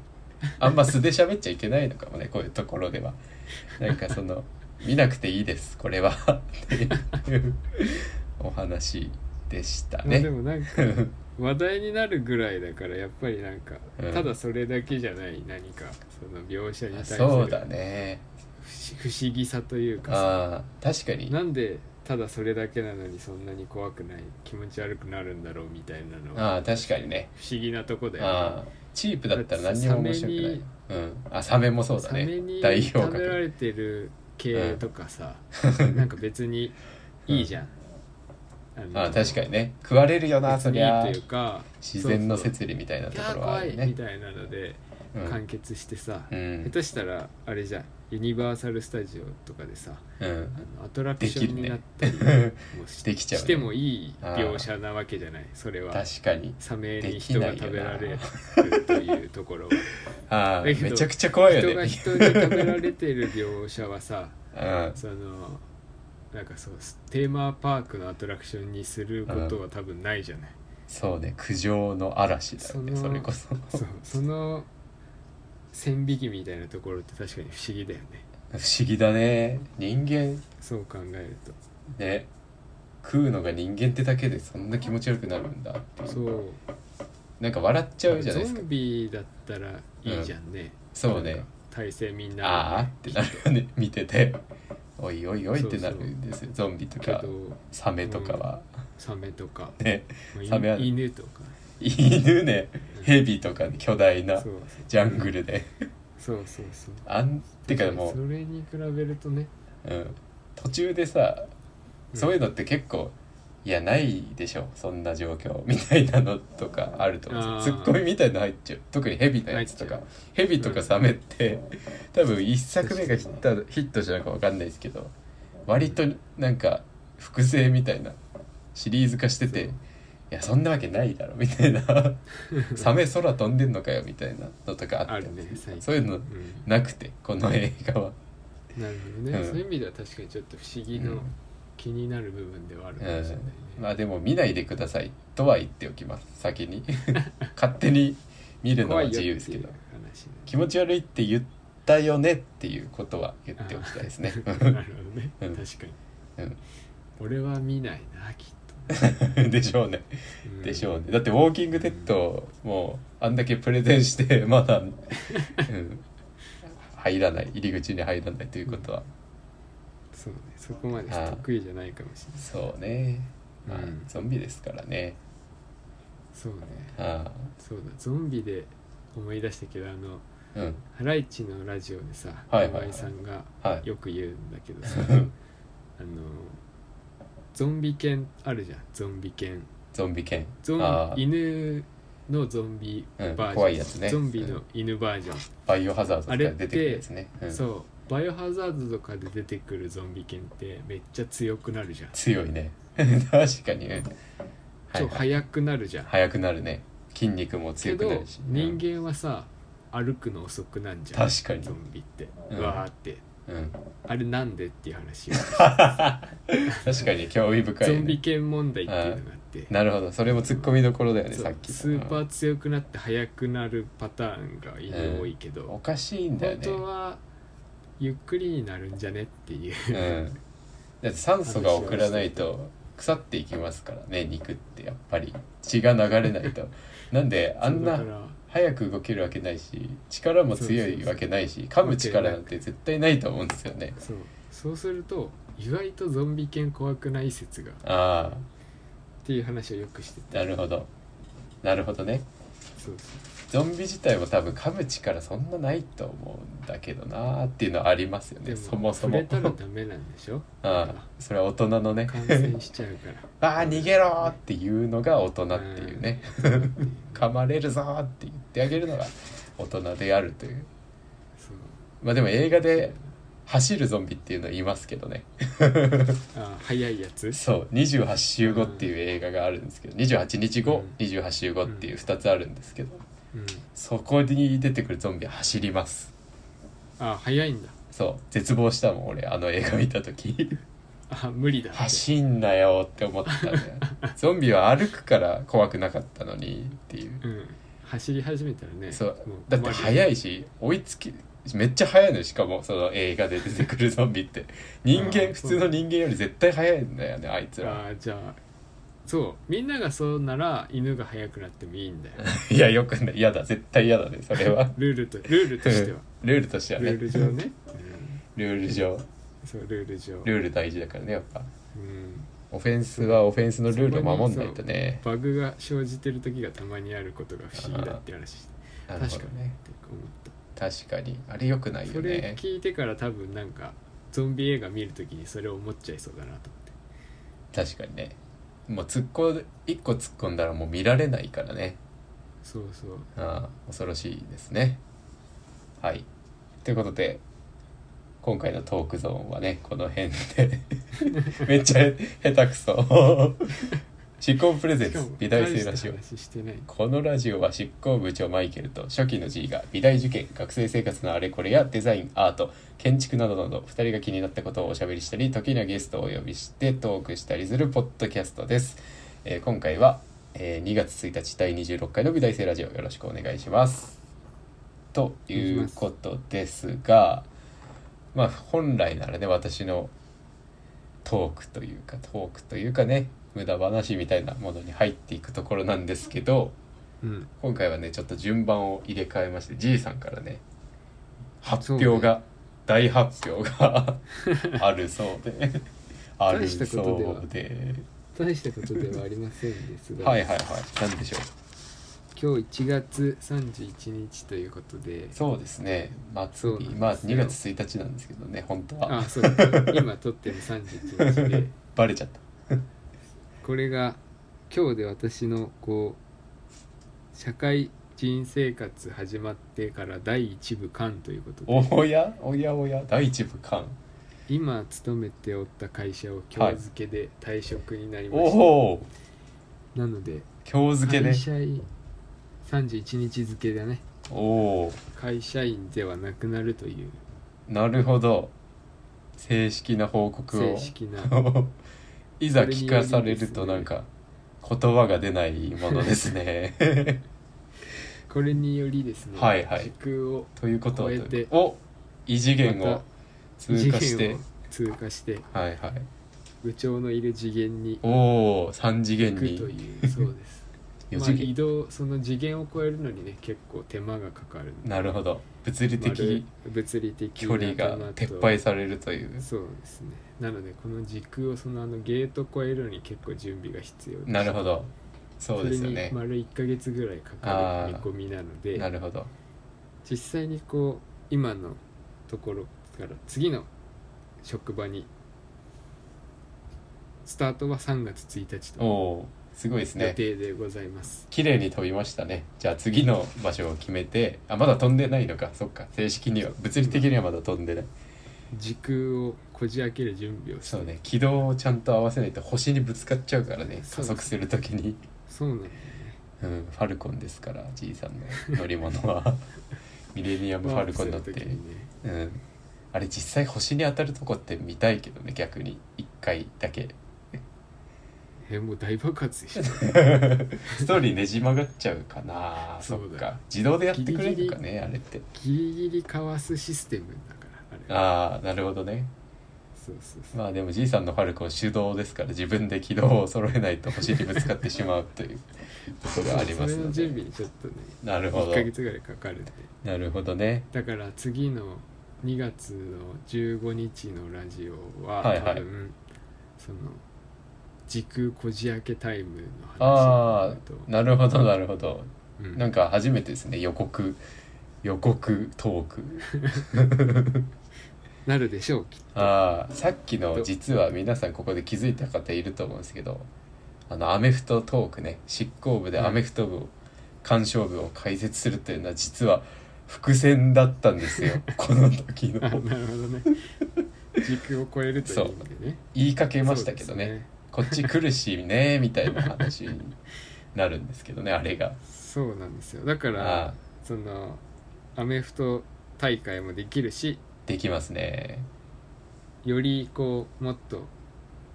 あんま素で喋っちゃいけないのかもねこういうところではなんかその見なくていいですこれはっていうお話でしたまあでね もなんか話題になるぐらいだからやっぱりなんか、うんただそれだけじゃない何かその描写に対するそうだね不思不思議さというかさあー確かになんでただそれだけなのにそんなに怖くない気持ち悪くなるんだろうみたいなのはあー確かにね不思議なとこだよあーチープだったら何にも面白くないうんあサメもそうだサメねに代表食べら格れてる系とかさ、なんか別にいいじゃん、のあー確かにね食われるよな別そりにいゃいというか自然のそうそう摂理みたいなといやこーろはあ怖るいねみたいなのでうん完結してさ、うん下手したらあれじゃんユニバーサル・スタジオとかでさうんあのアトラクションになったりもしできちゃうねしてもいい描写なわけじゃないそれは確かにサメでにき人ながいよ食なべられるというところはああだけどめちゃくちゃ怖い人よがね人に食べられてる描写はさうんそのなんかそうテーマパークのアトラクションにすることは多分ないじゃない。そうね苦情の嵐だよねそのそれこそそうその線引きみたいなところって確かに不思議だよね不思議だね人間そう考えるとね食うのが人間ってだけでそんな気持ち悪くなるんだっていうそうなんか笑っちゃうじゃないですゾかンビだったらいいじゃんね、そうなんねか体勢みんああなってなるよね見てておいおいおいってなるそうそうんですよゾンビとけかどサメとかはサメとか、ねまあサメは犬とか犬ねヘビとかね巨大なそうジャングルでそうそうそうあんてかもうそれに比べるとねうん、途中でさうんそういうのって結構、いやないでしょそんな状況みたいなのとかあると思うんですよあーツッコミみたいなの入っちゃう特にヘビのやつと入かっちゃヘビとかサメって、多分一作目がヒ確ットヒットしたのか分かんないですけど割となんか複製みたいなシリーズ化しててそういやそんなわけないだろみたい なサメ空飛んでんのかよみたいなのとかああってるね最近そういうのんなくてこの映画は。なるほどね、うんそういう意味では確かにちょっと不思議の、うん気になる部分ではあるかもしれないね、まあでも見ないでくださいとは言っておきます先 に勝手に見るのは自由ですけど怖いよっていう話ね気持ち悪いって言ったよねっていうことは言っておきたいですねあー なるほどね、 うん確かに俺は見ないなきっ と、うんでしょうねうんでしょうねだって「ウォーキング・デッド」もうあんだけプレゼンしてまだ、うん、入らない入り口に入らないということはそうねそこまで得意じゃないかもしそうね、れまあない、うんゾンビですからねそうねあそうだゾンビで思い出したけどあのあうんハライチのラジオでさはい河はいはい合さんがはいよく言うんだけどさあのゾンビ犬あるじゃんゾンビ犬ゾンビ犬ゾあンあ犬のゾンビバージョン、うん怖いやつねゾンビの犬バージョン、バイオハザードとかで出てくるやつね、うん、そうバイオハザードとかで出てくるゾンビ犬ってめっちゃ強くなるじゃん、強いね 確かにね、はい超はい、速くなるじゃん、速くなるね筋肉も強けくなどるし人間はさ歩くの遅くなんじゃん確かにゾンビって、ううんわーってうん、うん、あれなんでっていう話を確かに興味 深ゾい、ね、ンビ犬問題っていうのがあってなるほどそれもツッコミどころだよねそうさっきのスーパー強くなって速くなるパターンが犬多いけど、おかしいんだよ本ね当はゆっくりになるんじゃねっていううんだって酸素が送らないと腐っていきますからね肉ってやっぱり血が流れない となんであんだなから早く動けるわけないし力も強いわけないし噛む力なんて絶対ないと思うんですよねそうそうすると意外とゾンビ犬怖くない説がっあていう話をよくしてあなるほどなるほどねそうそゾンビ自体も多分噛む力そんなないと思うんだけどなーっていうのはありますようねでそもそ触れもたらダメなんでしょああそれは大人のね感染しちゃうから ああ逃げろーっていうのが大人っていうねっていう噛まれるぞーって言ってあげるのが大人であるというそうまあでも映画で走るゾンビっていうのはいますけどねあ早いやつそう28週後っていう映画があるんですけど28日後28週後っていう2つあるんですけどうんそこに出てくるゾンビは走りますあ早いんだそう絶望したもん俺あの映画見た 時あ無理だって走んなよって思ったねゾンビは歩くから怖くなかったのにっていううん走り始めたらねそうもだってい速いし追いつきめっちゃ速いのよしかもその映画で出てくるゾンビって人間、うん普通の人間より絶対速いんだよねあいつらあーじゃあそうみんながそうなら犬が速くなってもい いんだよいやよくない嫌だ絶対嫌だねそれは ルールとルールとしてはルールとしてはねルール上ね、ルール上うん、そうルール上ルール大事だからねやっぱうんオフェンスはオフェンスのルールを守んないとねバグが生じてる時がたまにあることが不思議だって話してなる確ほかどにねって思っ確かにあれよくなた、いよそれね聞いてから多分なんかゾンビ映画見るときにそれを思っちゃいそうだなと思って確かにねもう突っ込ん1個突っ込んだらもう見られないからねそうそうああ恐ろしいですね。はい。ということで今回のトークゾーンはねこの辺 でめっちゃ下手くそ執行部プレゼンしかツも美大大生しラたジオ話してないこのラジオは執行部長マイケルと初期の G が美大受験学生生活のあれこれやデザインアート建築などなど2人が気になったことをおしゃべりしたり時にはゲストをお呼びしてトークしたりするポッドキャストです、えー今回は、えー2月1日第26回の美大生ラジオよろしくお願いしますということですがまあ本来ならね私のトークというかトークというかね無駄話みたいなものに入っていくところなんですけどうん今回はねちょっと順番を入れ替えまして G さんからね発表が、大発表 があるそうである大したことではそうで大したことではありませんですが、はいはいはい何でしょう今日1月31日ということでそうですねそう祭なんですりよまあ2月1日なんですけどね本当は あそうだ今撮ってる31日でバレちゃったこれが今日で私のこう社会人生活始まってから第一部間ということでおやおやおや第一部間今勤めておった会社を今日付けで退職になりまおした、おなので今日付けね会社員31日付でねおお会社員ではなくなるというなるほど正式な報告を正式な いざ聞かされるとなんか言葉が出ないものです ね。これによりですね、はいはい時空をということは超えてお異次元まをた通過し次て元を通過してはいはい部長のいる次元におお3次元行くとにいうそうです4まあ、次移元、動その次元を超えるのにね結構手間がかかるなるほど物理的丸物理的距離がな手間と撤廃されるというそうですねなのでこの時空をそのあのゲート越えるのに結構準備が必要ですなるほどそうですよねそれに丸1ヶ月ぐらいかかる見込みなのでなるほど実際にこう今のところから次の職場にスタートは3月1日おとおーすごいです予ね定でございます綺麗に飛びましたねじゃあ次の場所を決めてあまだ飛んでないのかそっか正式には物理的にはまだ飛んでない時空をこじ開ける準備をしてそうね軌道をちゃんと合わせないと星にぶつかっちゃうからね加そうです速する時にそうなんだよねうんファルコンですからじいさんの乗り物 はミレニアムファルコン乗ってワープする時にねうん、あれ実際星に当たるとこって見たいけどね逆に1回だけえもう大爆発でし たストーリーねじ曲がっちゃうかなそ そっうだよか自動でやってくれるのかねギリギリあれってギリギリかわすシステムだからあれああなるほどねそうそうそう、まあでもじいさんのファルコン手動ですから自分で軌道を揃えないと星にぶつかってしまう ということがありまそすれのの準で備にちょっとねなるほ1どヶ月ぐらいかかるんでなるほどねだから次の2月の15日のラジオは、はいはい多分その時空こじ開けタイムの話あだとあなるほどなるほどうんなんか初めてですね予告予告トーク なるでしょう きっとああさっきの実は皆さんここで気づいた方いると思うんですけどあのアメフトトークね執行部でアメフト部を鑑賞部を解説するというのは実は伏線だったんです よこの時あなのるほどね時空を超えるという意味でね言いかけ出ましたけどねこっち来るしねみたいな話になるんですけどねあれがそうなんですよだからああそのアメフト大会もできるしできますねよりこうもっと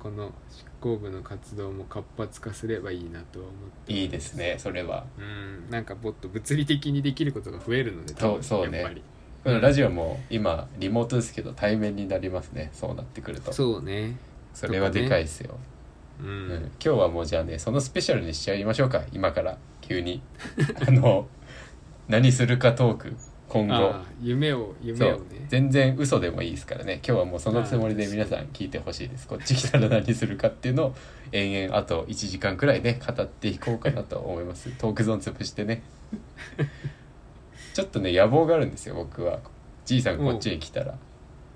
この執行部の活動も活発化すればいいなとは思っていいですねそれはうんなんかもっと物理的にできることが増えるのでそう多分そうねやっぱりこのラジオも今リモートですけど対面になりますねそうなってくるとそうねそれはでかいですよ、うん、うん今日はもうじゃあねそのスペシャルにしちゃいましょうか今から急に あの何するかトーク今後ああ夢をそ夢をうね全然嘘でもいいですからね今日はもうそのつもりであー皆さん聞いてほしいですこっち来たら何するかっていうのを延々あと1時間くらいね語っていこうかなと思います トークゾーン潰してねちょっとね野望があるんですよ僕はじいさんこっちに来たら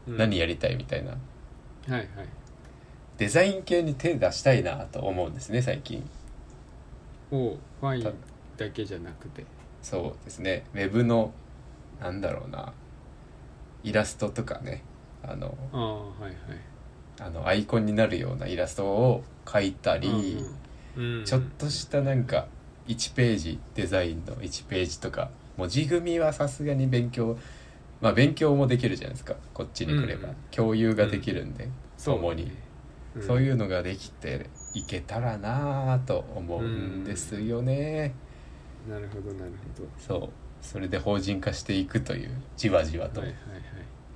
うん何やりたいみたいなはいはいデザイン系に手出したいなと思うんですね最近をファインだけじゃなくてそうですねウェブのなんだろうなイラストとかねあのああはいはいあのアイコンになるようなイラストを描いたり、うんうん、うんちょっとしたなんか1ページデザインの1ページとか文字組みはさすがに勉強まあ勉強もできるじゃないですかこっちに来れば、うんうん共有ができるんで、共に、そうねそういううのができていけたらなぁと思うんですよね。んなるほどなるほそうそれで法人化していくというじわじわどとはいは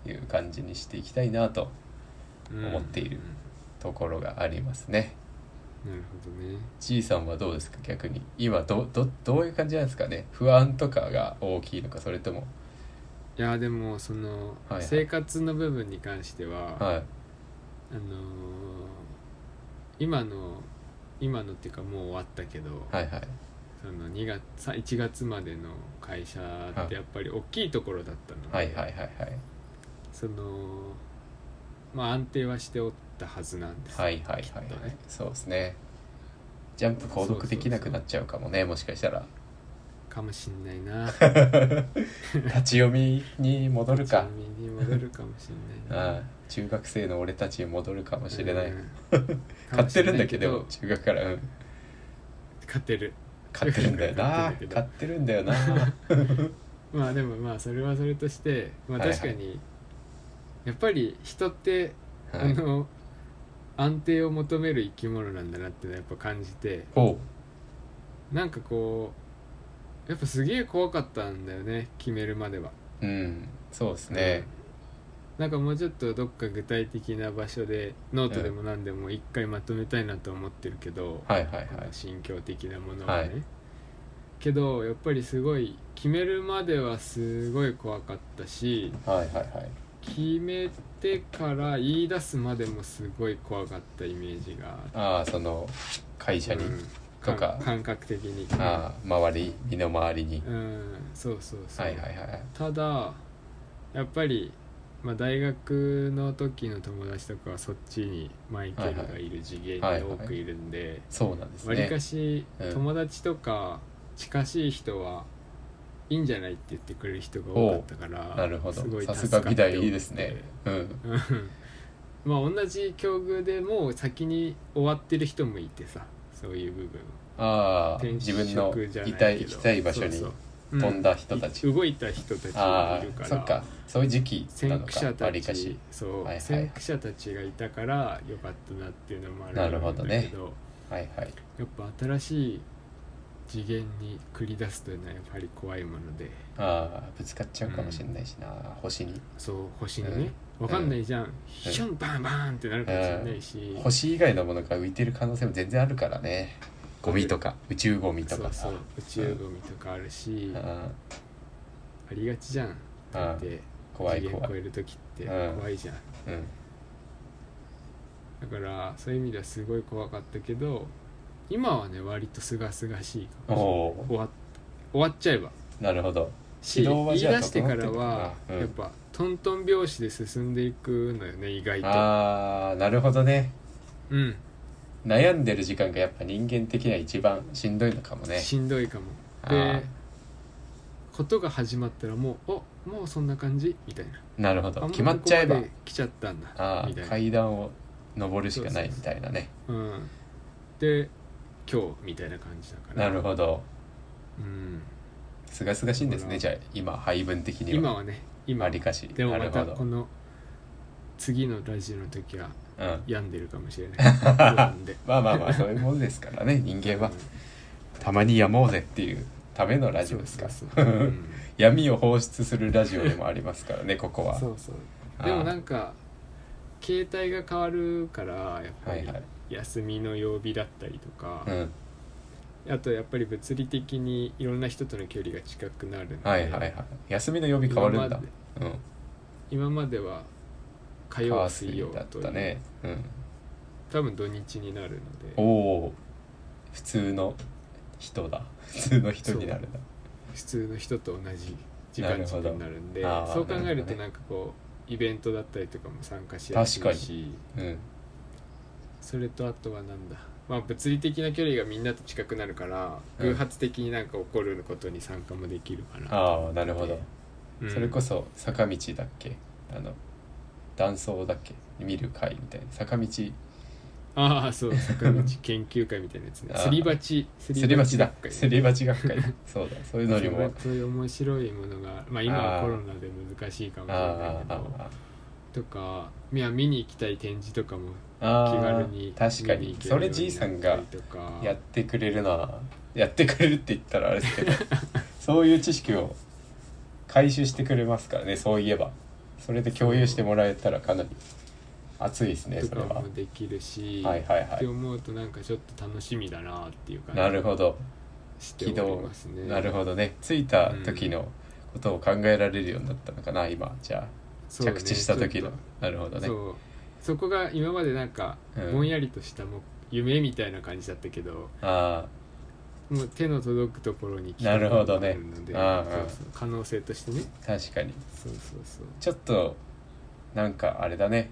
いいう感じにしていきたいなとはい思っているうんところがありますね。なるほどねじいさんはどうですか逆に今どどどういう感じなんですかね不安とかが大きいのかそれともいやでもその、はいはい生活の部分に関しては、はいあのー今の今のっていうかもう終わったけど、はいはいその2月さ1月までの会社はっいてやっぱり大きいところだったので、はいはいはいはいそのまあ安定はしておったはずなんです、はいはいはいきっとはねいそうですねジャンプ購読できなくなっちゃうかもねもしかしたらかもしんない な立ち読みに戻 るかちなみに戻るかもしんないなああ中学生の俺たちに戻るかもしれない、うん 買ってるんだけかどもし中学からうんれないけど買ってる買ってるんだよな買買っってるんだよ なまあでもまあそれはそれとしてまあはいはい確かにやっぱり人ってあはいの安定を求める生き物なんだなってのはやっぱ感じてほなんかこうやっぱすげえ怖かったんだよね決めるまでは。ううんそうですね、なんかもうちょっとどっか具体的な場所でノートでも何でも一回まとめたいなと思ってるけど、はいはいはいこの心境的なものはね、はいけどやっぱりすごい決めるまではすごい怖かったしはいはいはい決めてから言い出すまでもすごい怖かったイメージがあってああその会社に、うんとか感感覚的にああ周り身の回りにう、んそうそうそう、はいはいはいただやっぱり、まあ、大学の時の友達とかはそっちにマイケルがいる次元はいにはい多くいるんでそうなんですわり、ねかしうん友達とか近しい人はいいんじゃないって言ってくれる人が多かったからなるほどすごいさす助かがって美大いいですねうん思ってうんまあ同じ境遇でもう先に終わってる人もいてさそういう部分ああ転自職分のじゃない行けきたい行きどたい場所にそうそう飛んだ人たちうんい動いた人たちがあいるかあらそっかそういう時期な先の駆か者わたりかちしそう、はいはい先駆者たちがいたからよかったなっていうのもあるんだけなどるほどねはいはいやっぱ新しい次元に繰り出すというのはやっぱり怖いものでああぶつかっちゃうかもしれないしな、星にそう星にね、わかんないじゃん、ヒュンバンバンってなるかもしれないし、星以外のものが浮いてる可能性も全然あるからねゴミとか宇宙ゴミとそうかそさう宇宙ゴミとかあるし、うんあありがちじゃんだあって怖い次元怖い超える時ってうん怖いじゃん、うんだからそういう意味ではすごい怖かったけど今はね割とすがすがしいかおもしおれない終わっ終わっちゃえばーなるほどし軌道言はいじゃあ出してからは整ってるのかなうんやっぱトントン拍子で進んでいくのよね意外とああなるほどねうん悩んでる時間がやっぱ人間的には一番しんどいのかもねしんどいかもあーでことが始まったらもうおもうそんな感じみたいななるほあどもう決まっちゃえばここまで来ちゃったんだあみあたいな階段を上るしかないみたいなねうんで今日みたいな感じだからなるほどうんすがすがしいんですほらねじゃあ今配分的に今ははね今あはりかしでもなまるたほこどの次のラジオの時はうん病んでるかもし れない不安でまあまあまあそういうもんですからね人間はたまにやもうぜっていうためのラジオですからそうそうそう うん闇を放出するラジオでもありますからねここはそうそうあーでもなんか携帯が変わるからやっぱはいりはい休みの曜日だったりとか、うんあとやっぱり物理的にいろんな人との距離が近くなるので、はいはいはい休みの曜日変わるんだ今までうん今までは火曜火水水曜だっというたねうん多分土日になるのおおで普通の人だ普通の人になるな普通の人と同じ時間軸になるんでなるほどあーそう考えるとななんかこうイベントだったりとかも参加しやす確いかしうんそれとあとはなんだまあ物理的な距離がみんなと近くなるからうん偶発的になんか起こることに参加もできるかな、ああなるほどうんそれこそ坂道だっけあの断層だっけ見る会みたいな坂道あ あそう坂道研究会みたいなやつねあーすり鉢すすり鉢だ学会ねすり鉢学 会そうだそういうのにもそういう面白いものがまあ今はあーコロナで難しいかもしれなあいけあどとかいや見に行きたい展示とかもあ気ー軽に確か見に行けるそれじいさんようがになったりとかやってくれるのはやってくれるって言ったらあれ ですけどそういう知識を回収してくれますからねそういえばそれで共有してもらえたらかなり熱いですねそれとかはもできるし、はいはいっはて思うとなんかちょっと楽しみだなっていういな感じるほどして軌おり道ますね。なるほどね着いた時のことを考えられるようになったのかな今じゃあそうね着地した時ちょのっなるほどとねそうそこが今までなんかうんぼんやりとしたも、夢みたいな感じだったけどあもう手の届くところになるほどね来たのでああそうそう可能性としてねあ確かにそうそうそうちょっとなんかあれだね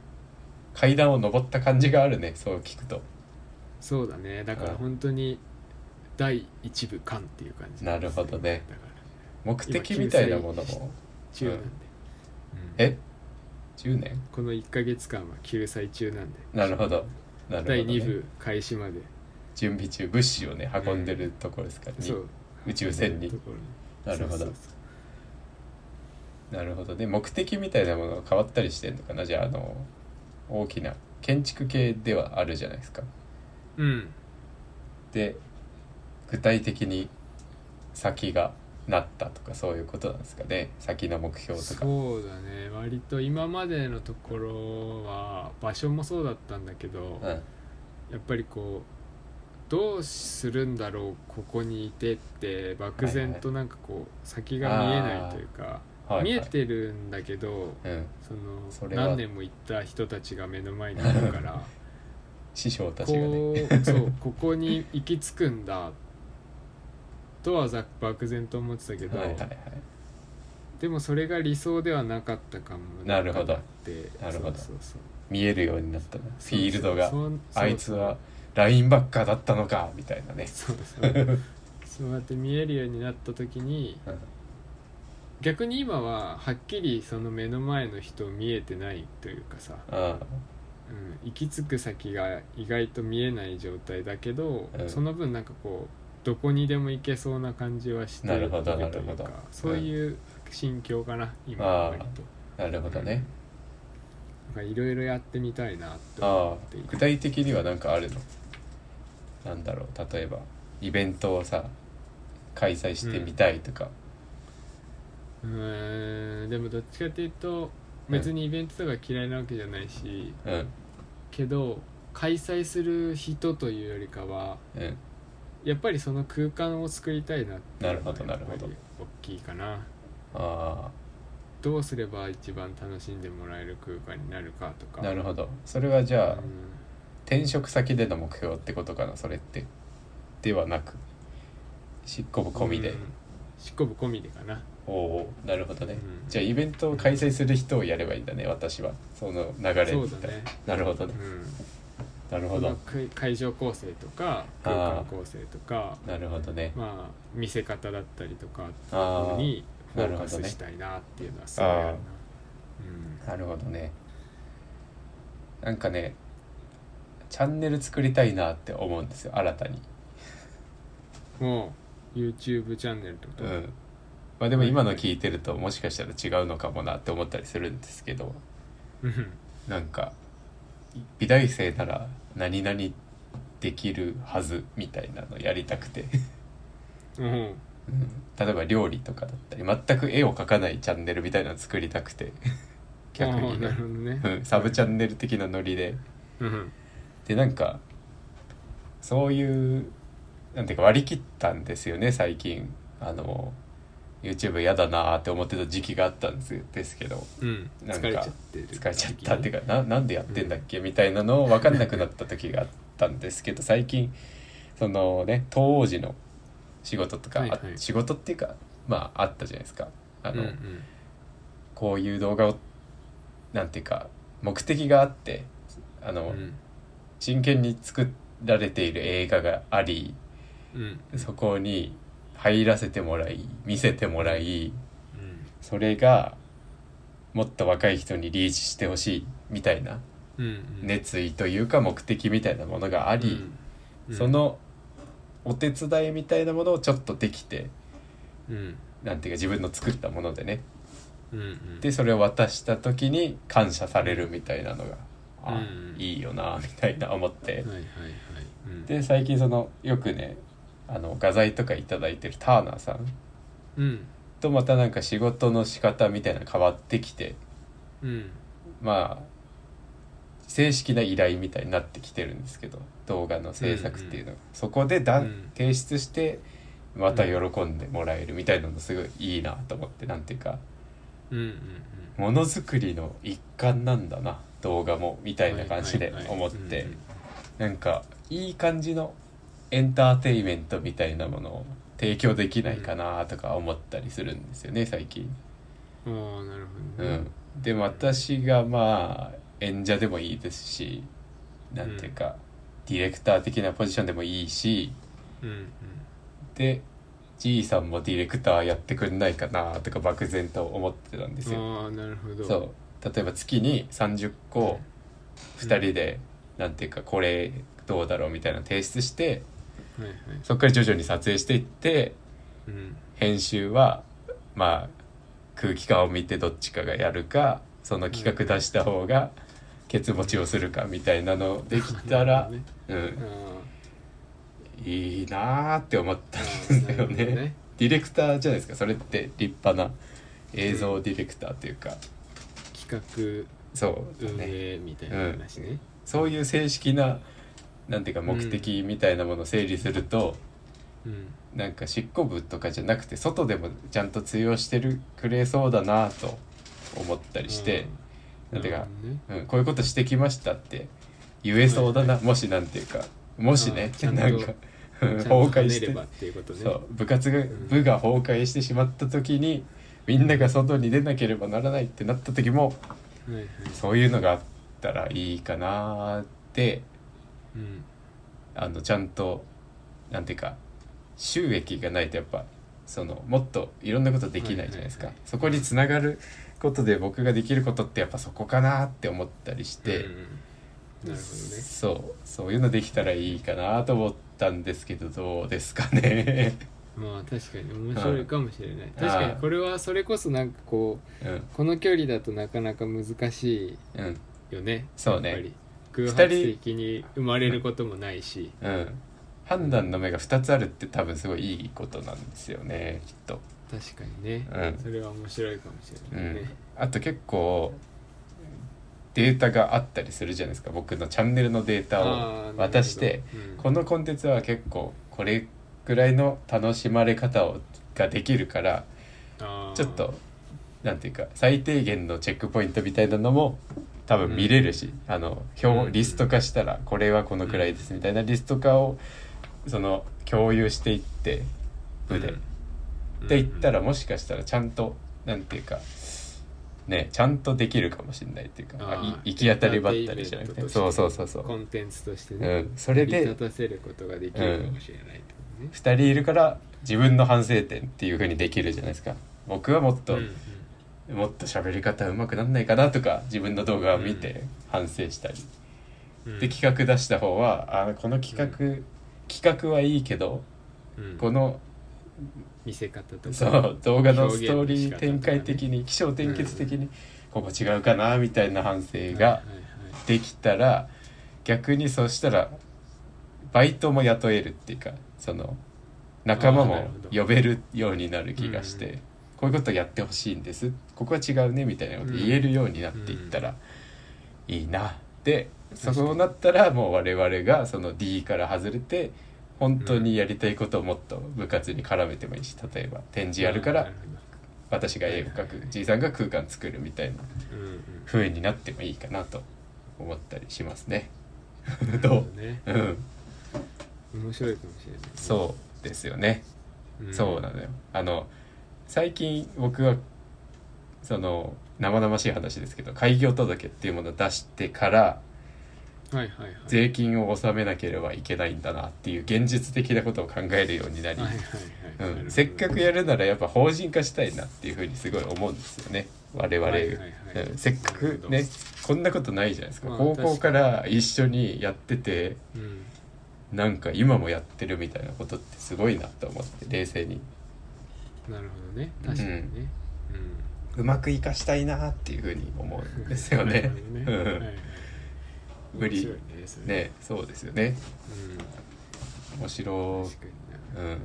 階段を登った感じがあるねそう聞くとそうだねだからうん本当に第一部感っていう感じんですなるほどねだから目的みたいなものも中なんで、うんえ10年この1か月間は救済中なんでなるほどなるほど、ね、第2部開始まで、準備中物資をね運んでるところですからね、そう宇宙船にところになるほそどうそうそうなるほどね目的みたいなものが変わったりしてんのかなじゃああの大きな建築系ではあるじゃないですかうんで具体的に先がなったとかそういうことなんですかね先の目標とかそうだね割と今までのところは場所もそうだったんだけど、うやんっぱりこうどうするんだろうここにいてって漠然となんかこう先が見えないというか、はい見えはいてるんだけどうんそのそれは 何年も行った人たちが目の前にいるから師匠たちがねこうそうここに行き着くんだとはざっ漠然と思ってたけ ど、はいはいはいでもそれが理想ではなかったかもなるほどんかってなるほどそうそうそう見えるようになったなフィールドがそうそうそうあいつはラインバッカーだったのかみたいなねそうそうそうやって見えるようになった時にうん逆に今ははっきりその目の前の人見えてないというかさ、あうん、行き着く先が意外と見えない状態だけど、うんその分なんかこうどこにでも行けそうな感じはしてなるほどいるといなるほうどかそういう心境かな、今あはー割あとなるほどねなんかいろいろやってみたいなってああ思ってい具る体的には何かあるのなんだろう例えばイベントをさ開催してみたいとか、うーんでもどっちかっていうと別にイベントとか嫌いなわけじゃないし、うんうんけど開催する人というよりかはやっぱりその空間を作りたいなっていうなるほどのがやっぱりなるほど大きいかなあどうすれば一番楽しんでもらえる空間になるかとかあなるほどそれはじゃあうん転職先での目標ってことかなそれってではなく執行部込みで、うん執行部込みでかなおおなるほどね、うんじゃあイベントを開催する人をやればいいんだね私はその流れそうみだたいな、ねなるほどうねんなるほそのど会会場構成とかあ空ー間構成とかなるほどねまあ見せ方だったりとかああにフォなーるほカどスねしたいなっていうのはすごいあるなあーなるほどねなんかねチャンネル作りたいなって思うんですよ新たにうん、もう YouTube チャンネルってことうか、んまあでも今の聞いてるともしかしたら違うのかもなって思ったりするんですけどうんなんか美大生なら何々できるはずみたいなのやりたくてうん例えば料理とかだったり全く絵を描かないチャンネルみたいなの作りたく て逆ああにねなるほどね、うん サブチャンネル的なノリでうんでなんかそういうなんていうか割り切ったんですよね最近あの YouTube 嫌だなーって思ってた時期があったんですですけどうんなん疲かれちゃってる疲れちゃったっていうかかななんでやってんだっけみたいなのを分かんなくなった時があったんですけど最近そのね当時の仕事とか、はいはいあ仕事っていうかまああったじゃないですか。あうんうのんこういう動画をなんていうか目的があってあの、うん真剣に作られている映画がありうんそこに入らせてもらい見せてもらいうんそれがもっと若い人にリーチしてほしいみたいなうん熱意というか目的みたいなものがあり、うんそのお手伝いみたいなものをちょっとできてうんなんていうか自分の作ったものでねうんうんでそれを渡した時に感謝されるみたいなのが、あうんいいよなみたいな思って。はいはいはいうんで最近そのよくねあの画材とかいただいてるターナーさんうんとまたなんか仕事の仕方みたいなの変わってきてうんまあ正式な依頼みたいになってきてるんですけど動画の制作っていうのが、そこでだ、うん提出してまた喜んでもらえるみたいなのすごいいいなと思ってなんていうかうんうんものづくりの一環なんだな動画もみたいな感じではいはいはい思ってなんかいい感じのエンターテイメントみたいなものを提供できないかなとか思ったりするんですよね最近。うんうんああなるうほどねん、で私がまあ演者でもいいですしなんていうか、ディレクター的なポジションでもいいしうんうんでじいさんもディレクターやってくんないかなとか漠然と思ってたんですよ。ああなるほどそう例えば月に30個2人で、なんていうかこれどうだろうみたいなの提出してはいはいそこから徐々に撮影していってうん編集はまあ空気感を見てどっちかがやるかその企画出した方がケツ持ちをするかみたいなのできた ら、なるうん、ほどねいいなーって思ったんあ ですよあなるほどね。ディレクターじゃないですかそれって立派な映像ディレクターというか企そう画だ運ね営みたいな話ねそういう正式ななんていうか目的みたいなものを整理すると、うんなんか執行部とかじゃなくて外でもちゃんと通用してるくれそうだなと思ったりして、うなんていうかなるほどねうん、こういうことしてきましたって言えそうだな、もしなんていうかもしねあーちゃんとなんかうんちゃ崩壊んと跳ねしれてばっていうことねそう部活がん部が崩壊してしまった時にみんなが外に出なければならないってなった時もはいはいそういうのがあったらいいかなーってうんあのちゃんとなんていうか収益がないとやっぱそのもっといろんなことできないじゃないですか、はいはいはいそこにつながることで僕ができることってやっぱそこかなって思ったりして、うんうんなるほどねそうそういうのできたらいいかなと思ったんですけどどうですか ね、まあ確かに面白いかもしれない、あ確かにこれはそれこそなんかこうんうこの距離だとなかなか難しうんいよねそうねやっぱり偶発的に生まれることもないしうん、判断の目が2つあるって多分すごいいいことなんですよねきっと。確かにね、うんそれは面白いかもしうれないねん、あと結構データがあったりするじゃないですか僕のチャンネルのデータあーを渡して、なるこほどのコンテンツは結構これぐらいの楽しまれ方をができるからうんあーちょっとなんていうか最低限のチェックポイントみたいなのも多分見れるし、あのうんう表んリスト化したらこれはこのくらいですみたいなリスト化をその共有していって部で。って言ったらもしかしたらちゃんとなんていうかねちゃんとできるかもしれないっていうかあーあい行き当たりばったりじゃなくエンターテインメントとてしてそうそうそうそコうンテンツとしてうね、んそれ成りで立たせることができるかもしれないってことね、 2人いるから自分の反省点っていうふうにできるじゃないですか僕はもっとうんうんもっと喋り方うまくなんないかなとか自分の動画を見て反省したりうんで企画出した方はあこの企画企画はいいけどうんこの見せ方とかそう動画のストー表リ現の仕方とーかね展開的に起承転結的にここ違うかなみたいな反省はいがはいはいできたら逆にそうしたらバイトも雇えるっていうかその仲間あーなるもほど呼べるようになる気がしうんうんてこういうことやってほしいんですここは違うねみたいなこと言えるようになっていったらいいなで確かにそうなったらもう我々がその D から外れて本当にやりたいことをもっと部活に絡めてもいいし例えば展示やるかならほ私が絵をはい描はいはくい G さんが空間作るみたいなどうんうん風になってもいいかなと思ったりします ね。なるどほどねううん、面白いかもしれないね、そうですよね、うんそうなのよあの最近僕はその生々しい話ですけど開業届っていうものを出してからはいはいはい税金を納めなければいけないんだなっていう現実的なことを考えるようになり、はいはいはい、なるほうどん、せっかくやるならやっぱ法人化したいなっていうふうにすごい思うんですよね我々、はいはいはいうんせっかなるくほどねこんなことないじゃないですか、まあ高校から一緒にやっててうんなんか今もやってるみたいなことってすごいなと思って冷静になるほどね確かにねうんうまく生かしたいなっていうふうに思うんですよ なるねほど。うはいはいん無理面白いねそれねそうですよねうん面白確かになう、ん、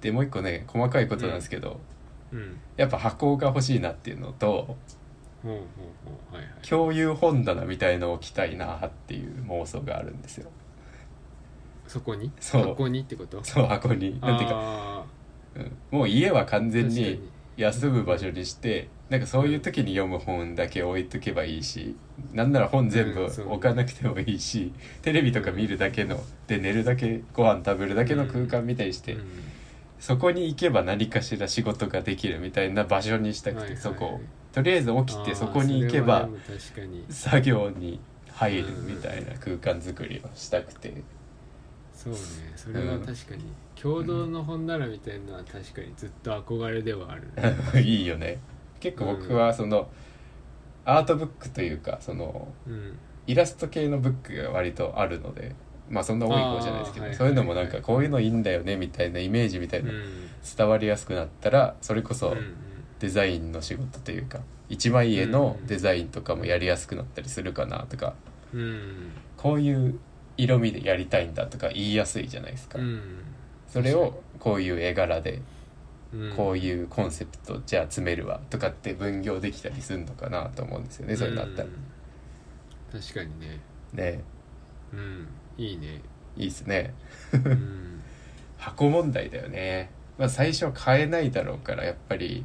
でもう一個ね細かいことなんですけど、うんやっぱ箱が欲しいなっていうのとほうほうほうはいはい共有本棚みたいのを着たいなっていう妄想があるんですよ。そこにそう箱にってことそう箱になんていうか、あうん、もう家は完ー全確かに休む場所にしてなんかそういう時に読む本だけ置いとけばいいしなんなら本全部うんそうね置かなくてもいいしテレビとか見るだけので寝るだけご飯食べるだけの空間みたいにしてうんそこに行けば何かしら仕事ができるみたいな場所にしたくはいはいてそこをとりあえず起きてそこに行けあばーそれはでも確かに作業に入るみたいな空間作りをしたくてそうねそれは確かに、共同の本ならみたいなのは確かにずっと憧れではある、 いいよね結構僕はそのアートブックというかそのうん、イラスト系のブックが割とあるのでまあそんな多い方じゃないですけあーど、はいそういうのもなんかこういうのいいんだよねみたいなイメージみたいうんな伝わりやすくなったらそれこうそんうんデザインの仕事というか一枚絵のデザインとかもやりやすくなったりするかなとかうんこういう色味でやりたいんだとか言いやすいじゃないですか、うんそれをこういう絵柄でうんこういうコンセプトじゃあ詰めるわとかって分業できたりするのかなと思うんですよねそういうのあったらん確かにねねうんい いね、いいですねうん、箱問題だよね、まあ、最初は買えないだろうからやっぱり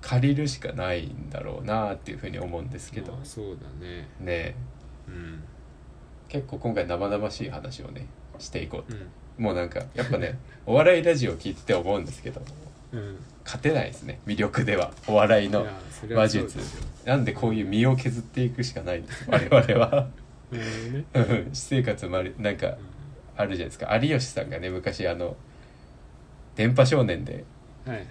借りるしかないんだろうなっていうふうに思うんですけどまあ、そうだねねうん結構今回生々しい話をねしていこううと、んもうなんかやっぱね お笑いラジオ聞いてて思うんですけどうん勝てないですね魅力ではお笑いいのやそれは話そう術ですよなんでこういう身を削っていくしかないんです 我々は なるほどねうん私生活もありなんかうあるじゃないですか有吉さんがね昔あの「電波少年」でんはいはい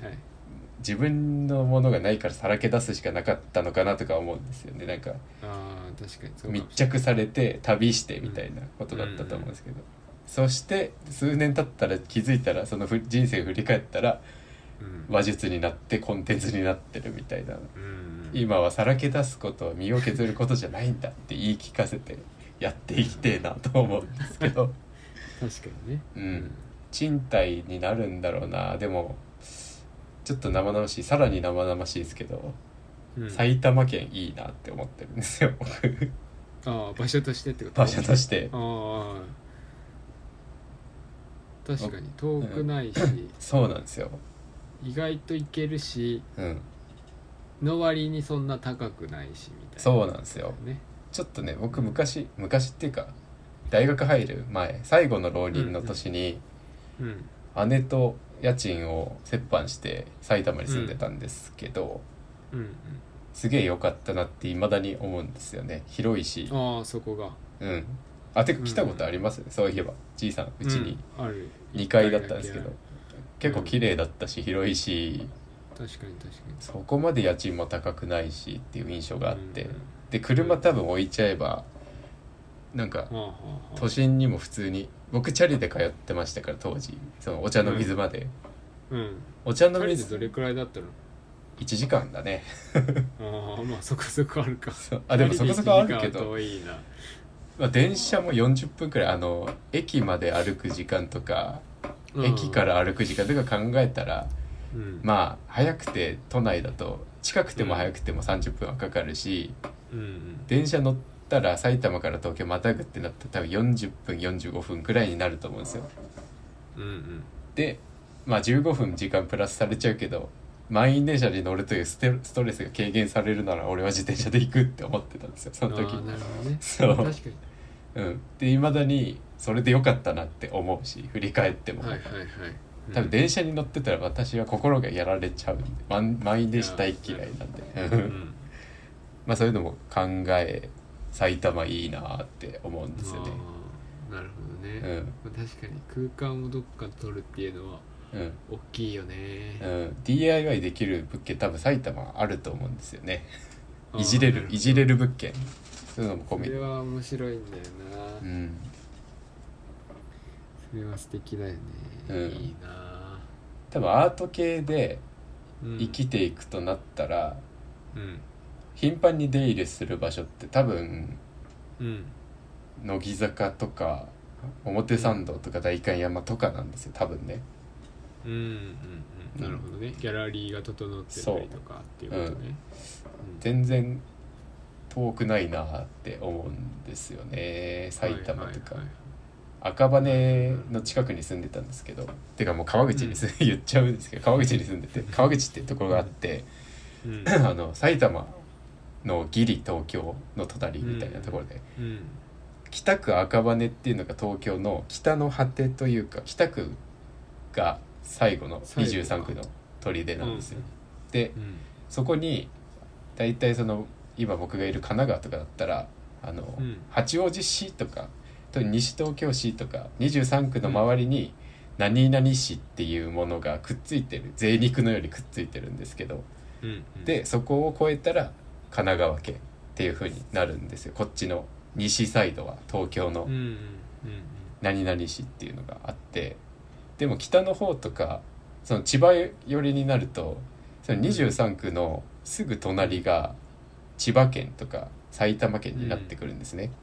自分のものがないからさらけ出すしかなかったのかなとか思うんですよねなんかあー確かにそうかも密着されて旅してみたいなことだったと思うんですけど、そして数年経ったら気づいたらそのふ人生振り返ったらうん話術になってコンテンツになってるみたいなうん今はさらけ出すことは身を削ることじゃないんだって言い聞かせてやっていきてえなと思うんですけ ど確かにねうん賃貸になるんだろうなでもちょっと生々しいさらに生々しいですけど、うん埼玉県いいなって思ってるんです よ僕ああ場所としてってこと場所としてああ確かに遠くないし、そうなんですよ意外といけるしうんの割にそんな高くないしみたいなそうなんですよねちょっとね僕昔昔っていうか大学入る前最後の浪人の年にうん姉と家賃を折半して埼玉に住んでたんですけど、うんすげえ良かったなって未だに思うんですよね広いしうんああそこがうんあてかうん来たことあります、そういえばじいさんうちに、うんある2階だったんですけど、一結構綺麗だったし広いし回だけある確かに確かにそこまで家賃も高くないしっていう印象があって、うんうんで車多分置いちゃえばなんかああはあはあ都心にも普通に僕チャリで通ってましたから当時そのお茶の水まで、うんお茶の彼でど水れくらいだったの1時間だねああまあそこそこあるかそうあでもそこそこあるけ二人で一時間ど、は遠いなまあ、電車も40分くらいあの駅まで歩く時間とかうん駅から歩く時間とか考えたらうんまあ早くて都内だと近くても早くても30分はかかるしうんうん電車乗ったら埼玉から東京またぐってなって多分40分45分くらいになると思うんですよ。うんうんでまあ15分時間プラスされちゃうけど満員電車に乗るというステストレスが軽減されるなら俺は自転車で行くって思ってたんですよその時ああなるほどねそう確かうんでいまだにそれで良かったなって思うし振り返っても、にはいはいはい多分電車に乗ってたら私は心がやられちゃうんで満満員電車大嫌いなんで、うん まあそういうのも考え埼玉いいなって思うんですよねあーなるほどね、うんまあ、確かに空間をどっか取るっていうのはうん、大きいよね、うん、DIY できる物件多分埼玉あると思うんですよねあーいじれなるほどいじれる物件そういうのも込そみれは面白いんだよな、うんそれは素敵だよね、うんいいな、多分アート系でうん、生きていくとなったら、うん頻繁に出入れする場所って多分うん乃木坂とか表参道とか代官山とかなんですよ多分ねうんうんうんなるほどねギャラリーが整ってたりとかっていうことねうん全然遠くないなって思うんですよね埼玉とか、はい赤羽の近くに住んでたんですけどてかもう川口に住ん言っちゃうんですけど川口に住んでて川口ってところがあってはいはいあの埼玉のギリ東京の隣みたいなところで、うん うん北区赤羽っていうのが東京の北の果てというか北区が最後の最後か23区の砦なんですよ。でうんそこに大体その今僕がいる神奈川とかだったらあの、うん八王子市とかと西東京市とか23区の周りに何々市っていうものがくっついてる贅肉のようにくっついてるんですけどうんうんでそこを越えたら神奈川県っていう風になるんですよこっちの西サイドは東京のうんうんうんうん何々市っていうのがあってでも北の方とかその千葉寄りになるとその23区のすぐ隣が千葉県とか埼玉県になってくるんですね、うんうん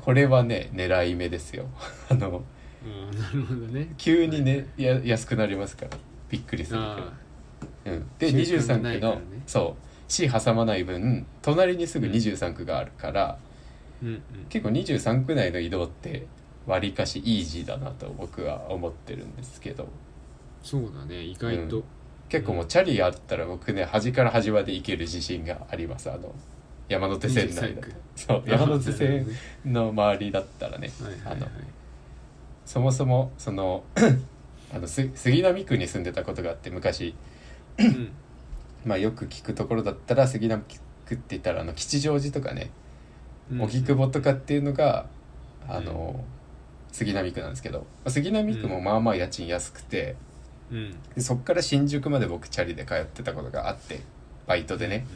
これはね狙い目ですよ あのうんなるほどね急にねや安くなりますからびっくりするあからうん、で習慣が23ない区からの、ねそう市挟まない分隣にすぐ23区があるから、ーうん結構23区内の移動ってわりかしイージーだなと僕は思ってるんですけどそうだね意外と、うん結構もうチャリあったら僕ね端から端まで行ける自信がありますあの山手線内23だ区そう 山手線の周りだったらねはいはあいはのいそもそもその あのす杉並区に住んでたことがあって昔、うんまあ、よく聞くところだったら杉並区って言ったらあの吉祥寺とかねうん荻窪とかっていうのが、んあの杉並区なんですけどまあ杉並区もまあまあ家賃安くて、うんでそっから新宿まで僕チャリで通ってたことがあってバイトでね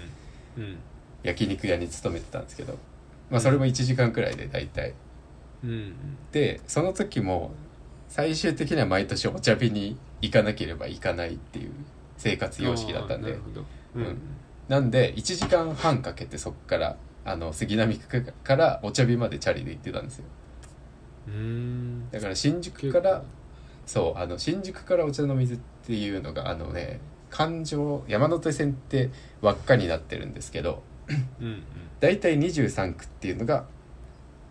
うんうん焼肉屋に勤めてたんですけど、まあ、それも1時間くらいで大体うんでその時も最終的には毎年お茶日に行かなければいかないっていう生活様式だったんあーなでるほどうんうんなんで1時間半かけてそっからあの杉並区からお茶日までチャリで行ってたんですようーんだから新宿からそうあの新宿からお茶の水っていうのがあのね環状山手線って輪っかになってるんですけどうんうん大体23区っていうのが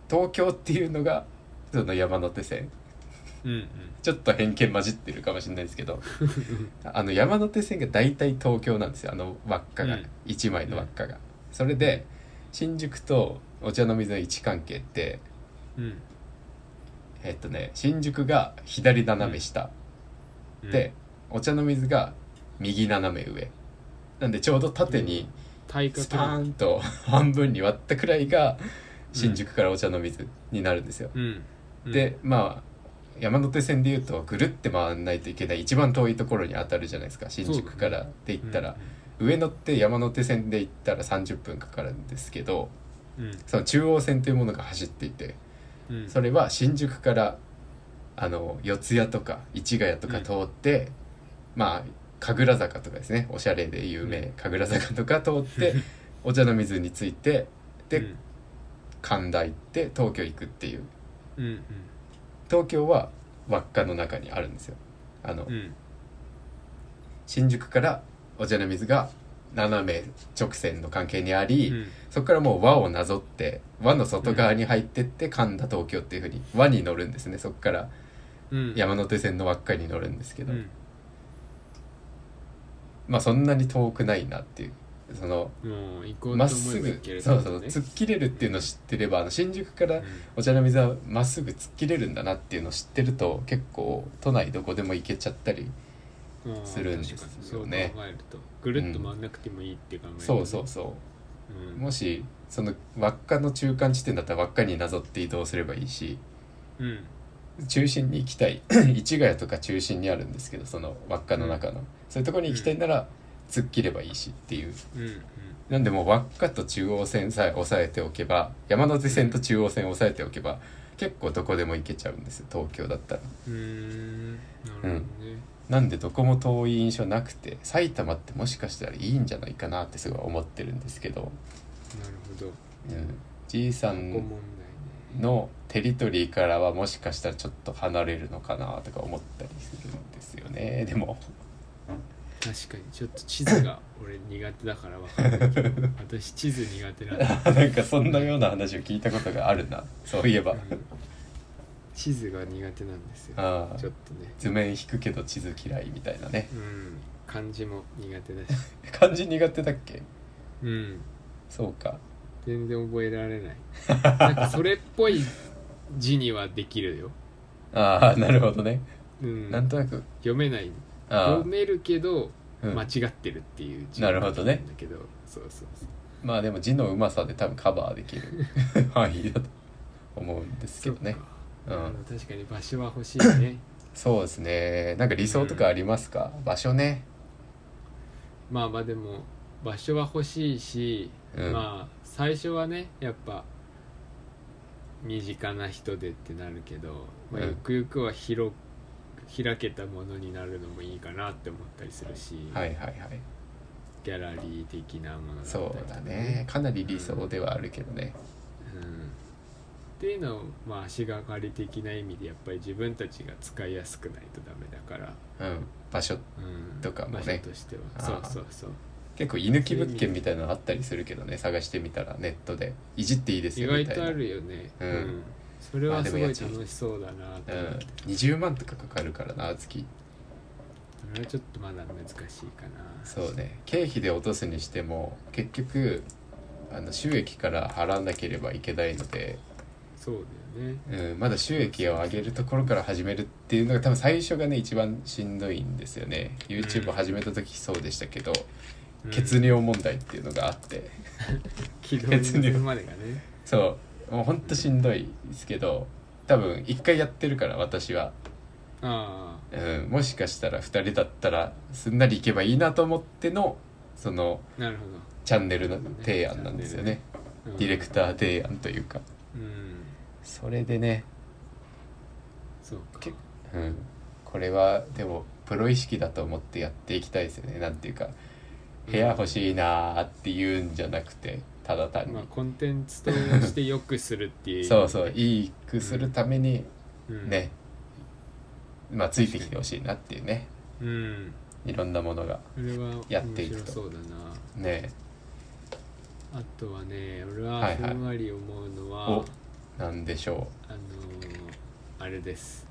東京っていうのがその山手線うんうんちょっと偏見混じってるかもしれないですけどあの山手線が大体東京なんですよあの輪っかが、うん一1枚の輪っかが。それで新宿とお茶の水の位置関係ってうんえっとね新宿が左斜め下、うんでお茶の水が右斜め上なんでちょうど縦に体格スパーンと半分に割ったくらいが新宿からお茶の水になるんですよ。うんうんでまあ山手線でいうとぐるって回んないといけない一番遠いところに当たるじゃないですか新宿からって言ったら、上乗って山手線で行ったら30分かかるんですけどうんうんその中央線というものが走っていてうんそれは新宿からあの四谷とか市ヶ谷とか通って、まあ神楽坂とかですねおしゃれで有名、うん神楽坂とか通って お茶の水に着いてでうん神田行って東京行くっていううん東京は輪っかの中にあるんですよ。あの、うんうん新宿からお茶の水が斜め直線の関係にあり、うんそこからもう輪をなぞって輪の外側に入ってって神田東京っていう風に輪に乗るんですねそこからうん山手線の輪っかに乗るんですけど、うんまあそんなに遠くないなっていうそのもう行こうと思えばまっすぐ、行けるってそこうとそうね突っ切れるっていうのを知ってればあの新宿からうんお茶の水はまっすぐ突っ切れるんだなっていうのを知ってると結構都内どこでも行けちゃったりするんですよねあー確かにそう考えるとぐるっと回んなくてもいいって考えるとね、そうそうそううん、もしその輪っかの中間地点だったら輪っかになぞって移動すればいいしうん中心に行きたい 市ヶ谷とか中心にあるんですけどその輪っかの中の、そういうところに行きたいなら突っ切ればいいしっていううんうんなんでもう輪っかと中央線さえ押さえておけば山手線と中央線を押さえておけば結構どこでも行けちゃうんですよ東京だったら。うーんなるほどね、なんでどこも遠い印象なくて埼玉ってもしかしたらいいんじゃないかなってすごい思ってるんですけど、なるほどうん、じいさここん問題ねのテリトリーからはもしかしたらちょっと離れるのかなとか思ったりするんですよねでも 確かにちょっと地図が俺苦手だから分かんないけど私地図苦手なんだ、 なんかそんなような話を聞いたことがあるなそうい えばうん地図が苦手なんですよああちょっとね図面引くけど地図嫌いみたいなね うん漢字も苦手だし漢字苦手だっけうんそうか全然覚えられない なんかそれっぽい字にはできるよ、ああなるほどね、うん、なんとなく読めないあ読めるけどあ、うん間違ってるっていう字なるほどねんだけどそうそうそうまあでも字のうまさで多分カバーでき る範囲だと思うんですけどねそうかうんあの確かに場所は欲しい ねそうですねなんか理想とかありますか、場所ねまあまあでも場所は欲しいし、うんまあ最初はねやっぱ身近な人でってなるけど、まあ、うんゆくゆくは広く開けたものになるのもいいかなって思ったりするし、はいはいはいギャラリー的なものだったりそとうだかねかなり理想ではあるけどねうんっていうのを、まあ、足がかり的な意味でやっぱり自分たちが使いやすくないとダメだから、うん場所うん、とかもね場所としてはあそうーそうそう結構居抜き物件みたいなのあったりするけどね探してみたらネットでいじっていいです意よみ外たいとなあるよね、うんそれはすごいまあ楽でも家賃しそうだなとう思っんて、 20万とかかかるからな月それはちょっとまだ難しいかなそうね経費で落とすにしても結局あの収益から払わなければいけないので、そうだよねうん、まだ収益を上げるところから始めるっていうのが多分最初がね一番しんどいんですよね YouTube を始めた時そうでしたけど、うん血尿問題っていうのがあって軌道に乗るまでがねそうもうほんとしんどいですけど多分一回やってるから私は、あうん、もしかしたら2人だったらすんなりいけばいいなと思ってのそのあなるほど、チャンネルの提案なんですよねうんディレクター提案というかうんそれでね、そうかけうん、これはでもプロ意識だと思ってやっていきたいですよねなんていうか部屋欲しいなーって言うんじゃなくてただ単に、まあコンテンツとして良くするっていうそうそういいくするためにうんね、まあついてきてほしいなっていうねうんいろんなものがそれはやっていくと面白そうだなねあとはね俺ははいふはいんわり思うのは、おなんでしょあのーあれです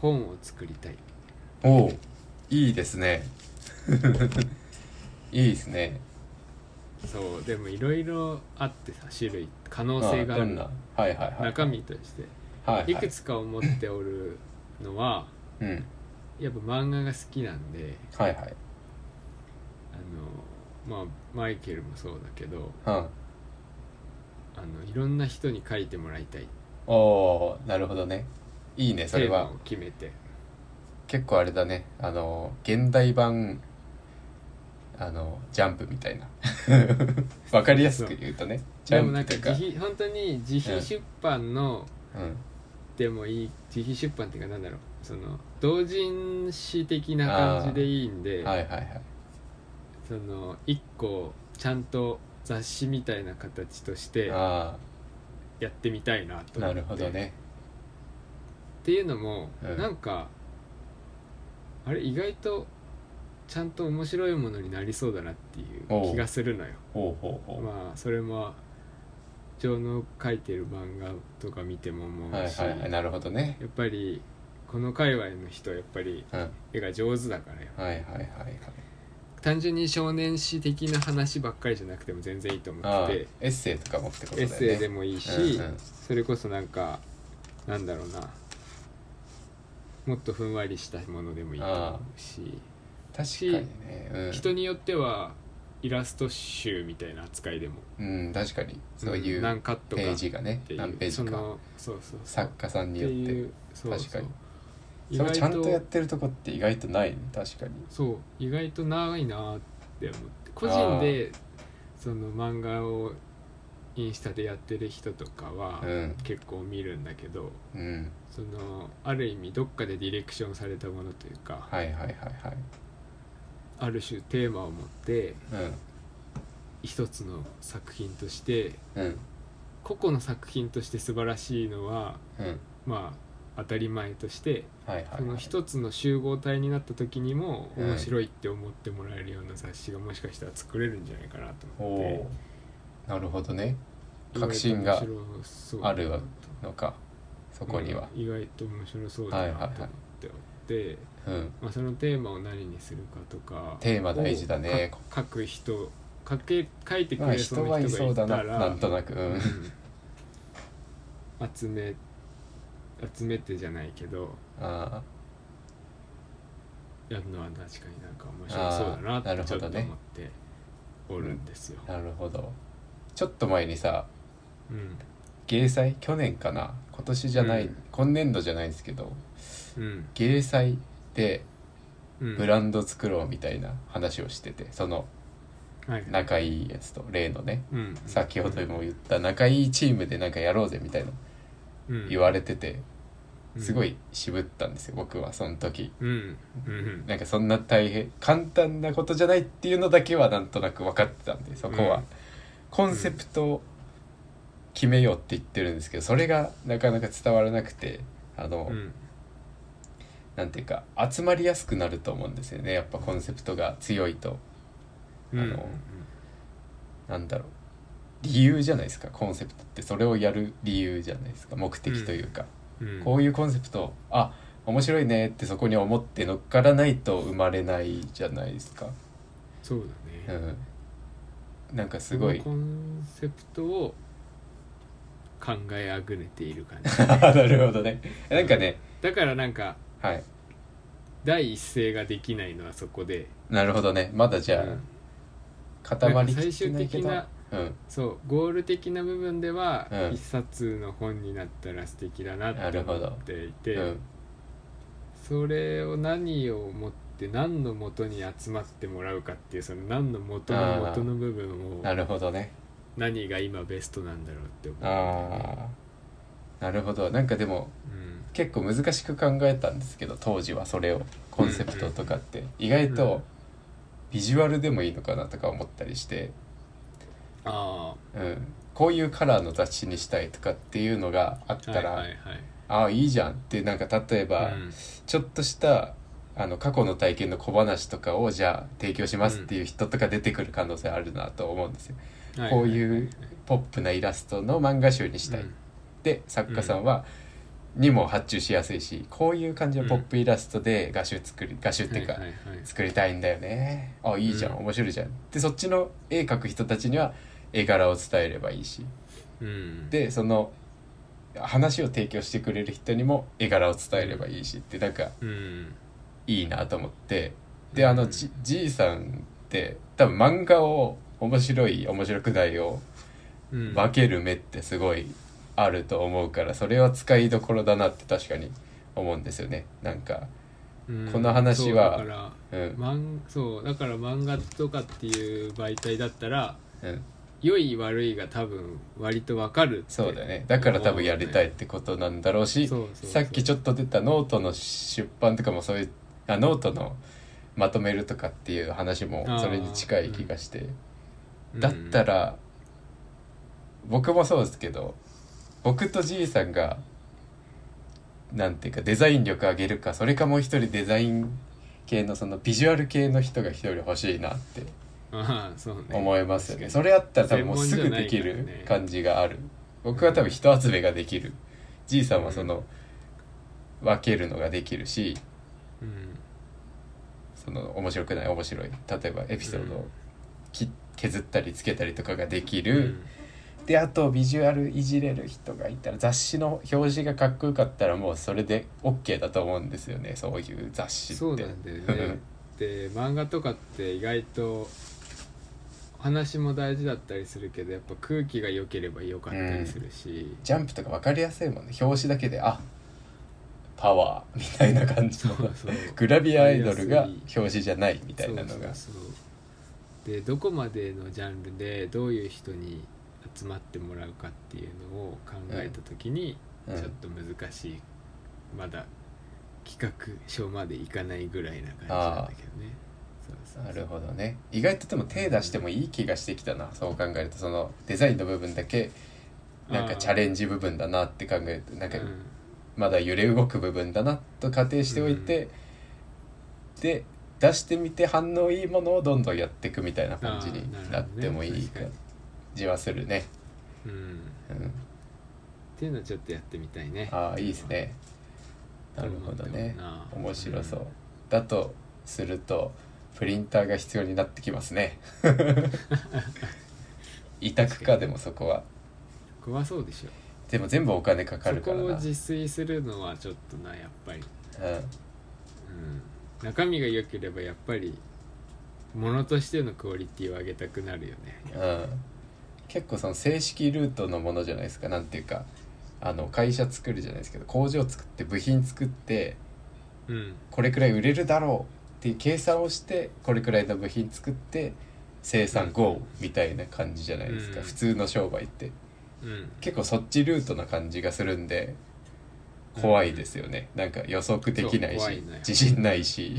本を作りたいうおおいいですね いいですねそうでもいろいろあってさ種類可能まあ性があどるんなはいはいはい中身としてはいはいいくつか思っておるのはうんやっぱ漫画が好きなんではいはいあのまあマイケルもそうだけどうんあのいろんな人に書いてもらいたいおおなるほどねいいねそテれーマはを決めて結構あれだねあの現代版あのジャンプみたいな わかりやすく言うとねジでャンもプなんってかいうか自費本当に自費出版のうんでもいい自費出版っていうかなんだろうその同人誌的な感じでいいんで、はいはいはいその一個ちゃんと雑誌みたいな形としてあやってみたいなとあ思なってるほどねっていうのも、うんなんかあれ意外とちゃんと面白いものになりそうだなっていう気がするのよほうほうほうまあそれも情の書いてる漫画とか見ても思はいうし、はいはいなるほどねやっぱりこの界隈の人はやっぱりうん絵が上手だからよはいはいはいはい単純に少年誌的な話ばっかりじゃなくても全然いいと思あっあてエッセイとかもってことて、だエよッねセイでもいいし、うんうんそれこそなんかなんだろうなもっとふんわりしたものでもいいと思うし確かにねうん人によってはイラスト集みたいな扱いでもうん確かにそういん何うカットペかーっジがねていう何ペーそジかのそうそうそう作家さんっにてよっていうそうそう確かに意それ外をとちゃんとやってるとこって意外とないね確かにそう意外と長いなーって思って個人でその漫画をインスタでやってる人とかはうん結構見るんだけど、うんそのある意味どっかでディレクションされたものというか、はいはいはいはいある種テーマを持ってうん一つの作品としてうん個々の作品として素晴らしいのはうんまあ当たり前としてはいはい、はい、その一つの集合体になった時にもうん面白いって思ってもらえるような雑誌がもしかしたら作れるんじゃないかなとお思っておーなるほどね確信があるわのかそそこには意外と面白そうだなと思っておって、うん、まあ、そのテーマを何にするかとかテーマ大事だねをか書く人書け書いてくまあれそう人なはい人そがういただならなんとなくうんうん集め集めてじゃないけどあやるのは確かになんか面白そうだあーななるっほてちょっとど思っねておるんですよ。あなるほどちょっと前にさうん芸祭去年かな今年じゃない、うん今年度じゃないんですけどうん芸祭でうんブランド作ろうみたいな話をしててそのはい仲いいやつと例のねうん先ほども言った仲いいチームでなんかやろうぜみたいな言われててうんすごい渋ったんですよ僕はその時うんうんなんかそんな大変簡単なことじゃないっていうのだけはなんとなく分かってたんでそこは、うんコンセプトを決めようって言ってるんですけどそれがなかなか伝わらなくてあの、うんなんていうか集まりやすくなると思うんですよねやっぱコンセプトが強いとうんあのなんだろう理由じゃないですかコンセプトってそれをやる理由じゃないですか目的というか、うんこういうコンセプトあ面白いねってそこに思って乗っからないと生まれないじゃないですか。そううだね、ん、なんかすごいこのコンセプトを考えあぐねている 感 じなるほどねなんかねだからなんかはい第一声ができないのはそこでなるほどねまだじゃあ、うん固まりなんかき最って終ないけ的どなうん、そうゴール的な部分ではうん一冊の本になったら素敵だなって思っていて、うん、それを何を持って何の元に集まってもらうかっていうその何の元の元の部分をなるほどね何が今ベストなんだろうって思う、ああなるほどなんかでも結構難しく考えたんですけど当時はそれをコンセプトとかって意外うとんビジュアルでもいいのかなとか思ったりして、うん、あうん、こういうカラーの雑誌にしたいとかっていうのがあったあはいら、はいはいああいいじゃんってなんか例えば、うんちょっとしたあの過去の体験の小話とかをじゃあ提供しますっていう人とか出てくる可能性あるなと思うんですよ。はこういうはいはいポップなイラストの漫画集にしたい、うんで作家さんは、にも発注しやすいしこういう感じのポップイラストで画集作り画集っていうか、はいはいはい作りたいんだよねあいいじゃん、うん面白いじゃんでそっちの絵描く人たちには絵柄を伝えればいいしうん、でその話を提供してくれる人にも絵柄を伝えればいいしってなんかうん、いいなと思ってであのじじいさんって多分漫画を面白い面白くないをうん、分ける目ってすごいあると思うからそれは使いどころだなって確かに思うんですよねなんかうんこの話はそうだからうんマンそうだから漫画とかっていう媒体だったらうん良い悪いが多分割とわかるってそうだよねだから多分やりたいってことなんだろうしそうそうそうさっきちょっと出たノートの出版とかもそういうあノートのまとめるとかっていう話もそれに近い気がしてうんだったら僕もそうですけど僕とじいさんがなんていうかデザイン力上げるかそれかもう一人デザイン系のそのビジュアル系の人が一人欲しいなってああそうね思いますよね確かそにれあったら多分もうすぐできる感じがある僕は多分人集めができるじいさんはその分けるのができるしうんその面白くない面白い例えばエピソードをき削ったりつけたりとかができうる、んであとビジュアルいじれる人がいたら雑誌の表示がかっこよかったらもうそれで OK だと思うんですよねそういう雑誌ってそうなんだよ ねで漫画とかって意外と話も大事だったりするけどやっぱ空気が良ければ良かったりするし、ジャンプとか分かりやすいもんね表紙だけであパワーみたいな感じのそうそうグラビアアイドルがわかりや表紙じゃないみたいなのがそうそうそうでどこまでのジャンルでどういう人に集まってもらうかっていうのを考えた時に、うんちょっと難しいまだ企画書までいかないぐらいな感じなんだけどねそうそうそなうるほどね意外とでも手出してもいい気がしてきたなそう考えるとそのデザインの部分だけなんかチャレンジ部分だなって考えるとなんかうんまだ揺れ動く部分だなと仮定しておいて、で出してみて反応いいものをどんどんやっていくみたいな感じになってもいい感じはするね。うん、うん、っていうのちょっとやってみたいねああいいですね。なるほどねどうなってもな面白そう。だとするとプリンターが必要になってきます ね。委託かでもそこは怖そうでしょでも全部お金かかそるかこらをな。自炊するのはちょっとなやっぱりうんうん中身が良ければやっぱりものとしてのクオリティを上げたくなるよねうん結構その正式ルートのものじゃないですかなんていうかあの会社作るじゃないですけど工場作って部品作ってうんこれくらい売れるだろうっていう計算をしてこれくらいの部品作って生産 GO みたいな感じじゃないですか、うん普通の商売ってうん結構そっちルートな感じがするんで怖いですよね、なんか予測できないしそう怖いね自信ないし、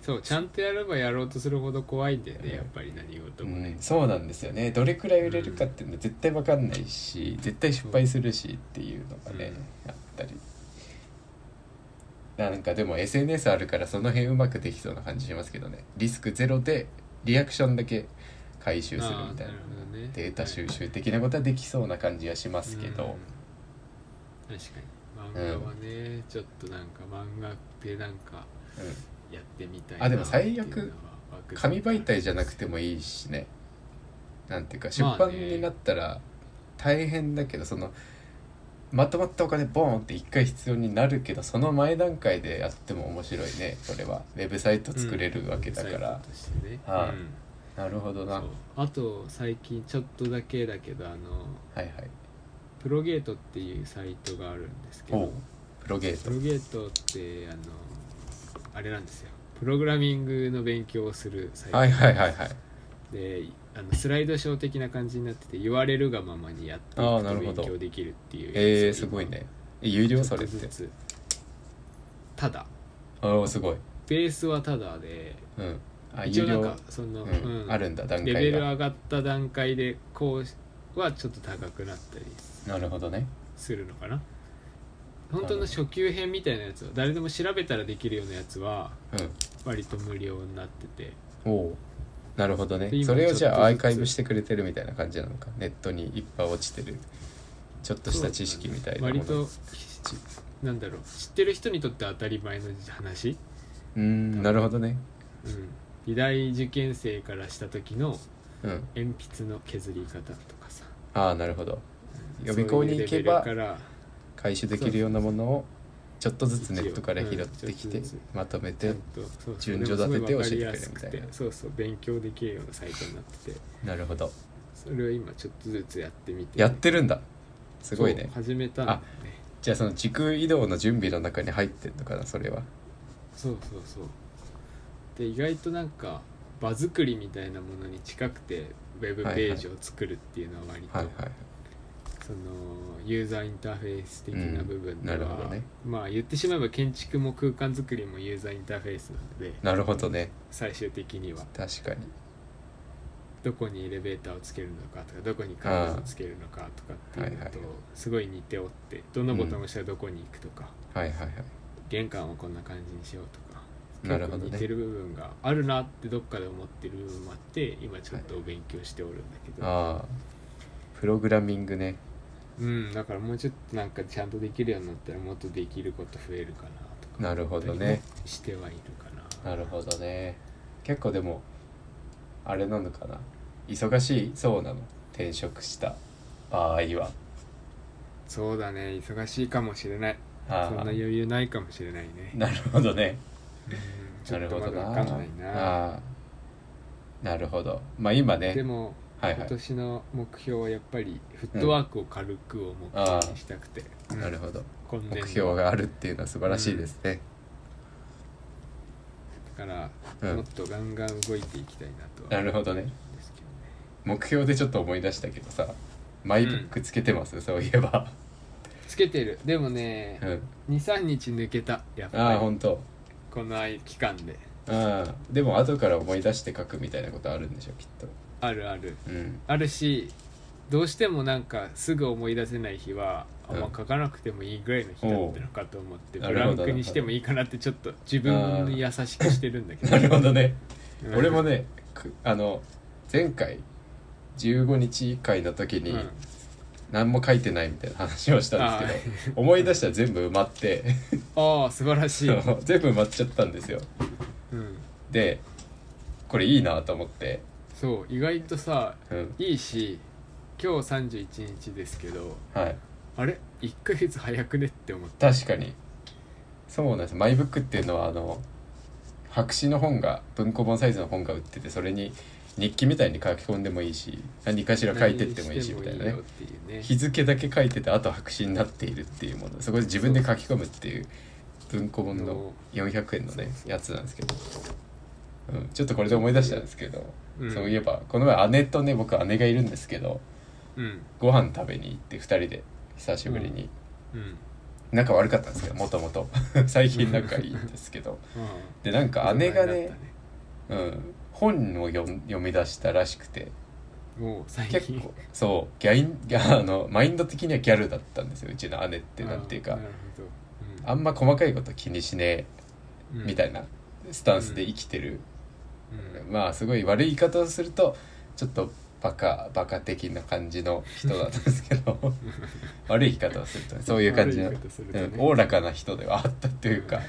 そうちゃんとやればやろうとするほど怖いんだよねやっぱり何事うもねん、そうなんですよねどれくらい売れるかっていうのは絶対わかんないし絶対失敗するしっていうのがね、あったりなんかでも SNS あるからその辺うまくできそうな感じしますけどねリスクゼロでリアクションだけ回収するみたいなあーなるほどねデータ収集的なことはできそうな感じがしますけど、うん確かに漫画はね、ちょっとなんか漫画ってなんかやってみたいなあでも最悪っていうのは湧く紙媒体じゃなくてもいいしねなんていうか出版になったら大変だけどそのまとまったお金ボーンって一回必要になるけどその前段階でやっても面白いねこれはウェブサイト作れるわけだから、うんサイトとしてねはいうんなるほどなはそうあと最近ちょっとだけだけどあのいはいプロゲートっていうサイトがあるんですけおどうプロゲープトロゲートってあのあれなんですよプログラミングの勉強をするサイト、はいはいはいはいであのスライドショー的な感じになってて言われるがままにやっていくあとーなるほど勉強できるっていうえー、やつをすごいねえ今有料ちょそっれとっずてつただああすごいベースはただでうんあ一有応なん料かその、うんうんあるんだ段レベ階ルが上がった段階でこうはちょっと高くなったりなるほどねするのかな本当の初級編みたいなやつは誰でも調べたらできるようなやつはう割と無料になっててんおおうなるほどねで今それをじちょっゃとずあアつーカイブしてくれてるみたいな感じなのかネットにいっぱい落ちてるちょっとした知識みたいなもの割となんだろう知ってる人にとって当たり前の話、うーんなるほどねうん、美大受験生からした時のうん鉛筆の削り方とかさああなるほど予備校に行けばそういうレベルから回収できるようなものをちょっとずつネットから一拾応ってきてうんちょっとずつまとめちてゃんとそうそう順序立ててで教えもすごいわかりやてすくれくるみたいなそうそう勉強できるようなサイトになっててなるほどそれを今ちょっとずつやってみてやってるんだすごいねそう始めたんだよねじゃあその時空移動の準備の中に入ってんのかなそれはそうそうそうで意外となんか場作りみたいなものに近くてウェブページを作るっていうのは割と、はいはいそのユーザーインターフェース的な部分では、うんなるほどねまあ言ってしまえば建築も空間作りもユーザーインターフェースなのでなるほどね最終的には確かにどこにエレベーターをつけるのかとかどこにカードをつけるのかとかっていうのとあーはいはいすごい似ておってどのボタンを押したらどこに行くとか、はいはいはい玄関をこんな感じにしようとかなるほどね結構似てる部分があるなってどっかで思ってる部分もあって今ちょっとお勉強しておるんだけど、ああプログラミングねうんだからもうちょっとなんかちゃんとできるようになったらもっとできること増えるかなとかなるほどねしてはいるかななるほどね結構でもあれなのかな忙しいそうなの転職した場合はそうだね忙しいかもしれないそあんなあ余裕ないかもしれないねなるほどねうんちょなるっとほまどだなわかんないなああなるほどまあ今ねでもはいは今い年の目標はやっぱりフットワークを軽くを目標にしたくて、うんなるほど今年度目標があるっていうのは素晴らしいですね、だから、うんもっとガンガン動いていきたいなとなはるほどね思うんですけどね目標でちょっと思い出したけどさマイブックつけてます、そういえばつけてるでもねうん23日抜けたやっああぱり本当この間期間でああでも後から思い出して書くみたいなことあるんでしょきっとあるあるうんあるしどうしてもなんかすぐ思い出せない日は、あんまうん書かなくてもいいぐらいの日だったのかと思っておうブランクにしてもいいかなってちょっと自分に優しくしてるんだけ どなるほどねうん俺もねくあの前回15日会の時にうん何も書いてないみたいな話をしたんですけど、思い出したら全部埋まってああ素晴ら しい、う全部埋まっちゃったんですよん、でこれいいなと思って、そう意外とさうん、いいし今日31日ですけどはいあれ1ヶ月早くねって思った確かにそうなんですマイブックっていうのはあの白紙の本が文庫本サイズの本が売っててそれに日記みたいに書き込んでもいいし何かしら書いてってもいいしみたいなね何してもいいよっていうね日付だけ書いててあと白紙になっているっていうものそこで自分で書き込むっていう文庫本の400円のねそうやつなんですけど、うん、ちょっとこれで思い出したんですけど、うんそういえばこの前姉とね僕姉がいるんですけどうんご飯食べに行って2人で久しぶりに、うん仲悪かったんですけどもともと 最近仲いいんですけどうでなんかん姉が大人にねなったうん、本を読ん読み出したらしく てもう最結近構そうギャインギャあのマインド的にはギャルだったんですようちの姉ってなんていうあかーなるあんま細かいこと気にしねえみたいな、なスタンスで生きてる、うんうんまあすごい悪い言い方をするとちょっとバカバカ的な感じの人だったんですけ ど悪い言い方をするとね そういう感じの悪い言い方するとねうんおおらかな人ではあったというか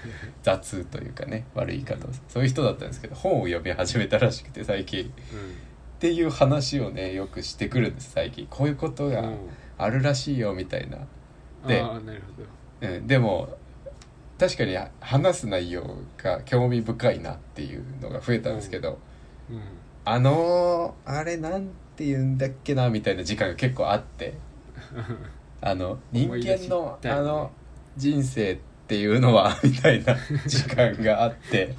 雑というかね悪い言い方をするそういう人だったんですけど本を読み始めたらしくて最近っていう話をねよくしてくるんです最近こういうことうん、があるらしいよみたいな、うんでああなるほどうん、でも確かに話す内容が興味深いなっていうのが増えたんですけど、うん あのーあれなんて言うんだっけなみたいな時間が結構あってあの人思い間出しのたいあの人生っていうのは みたいな時間があって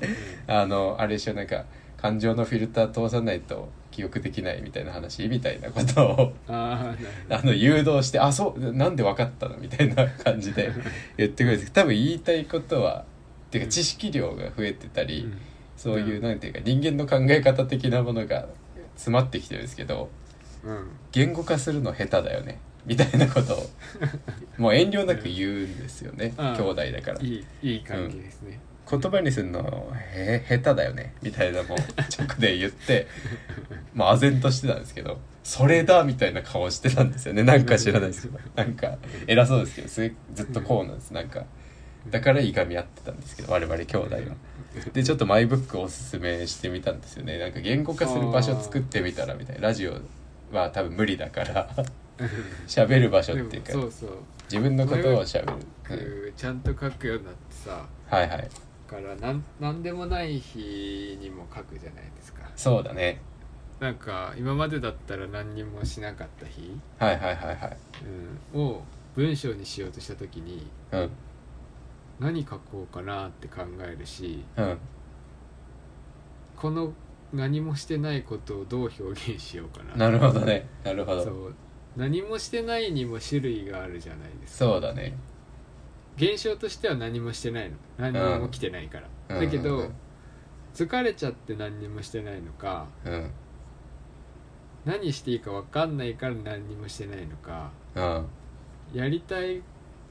あのあれでしょなんか感情のフィルター通さないと記憶できないみたいな話みたいなことをああなあるほの誘導して「あそうなんで分かったの?」みたいな感じで言ってくるんですけど多分言いたいことはっていうか知識量が増えてたり、ど、うんそういううんなんていうか人間の考え方的なものが詰まってきてるんですけどうん言語化するの下手だよねみたいなことをもう遠慮なく言うんですよね、うん兄弟だからいいいい関係ですね、言葉にするのへ下手だよねみたいなもう直で言ってまあ唖然としてたんですけどそれだみたいな顔してたんですよねなんか知らないですけどなんか偉そうですけどすずっとこうなんですなんかだからいがみ合ってたんですけど我々兄弟は。でちょっとマイブックをおすすめしてみたんですよねなんか言語化する場所作ってみたらみたいなラジオは多分無理だから 喋る場所っていうかでもそうそう自分のことを喋こる、うちゃんと書くようになってさうん、はいはいだからなんなんでもない日にも書くじゃないですかそうだねなんか今までだったら何にもしなかった日、はいはいはいはいうん、を文章にしようとした時にうん何書こうかなって考えるしうんこの何もしてないことをどう表現しようかななるほどねなるほどそそうう何もしてないにも種類があるじゃないですかだね現象としては何もしてないの何にも起きてないから、うんだけど、うんうんうん疲れちゃって何にもしてないのかうん何していいか分かんないから何にもしてないのかうんやりたい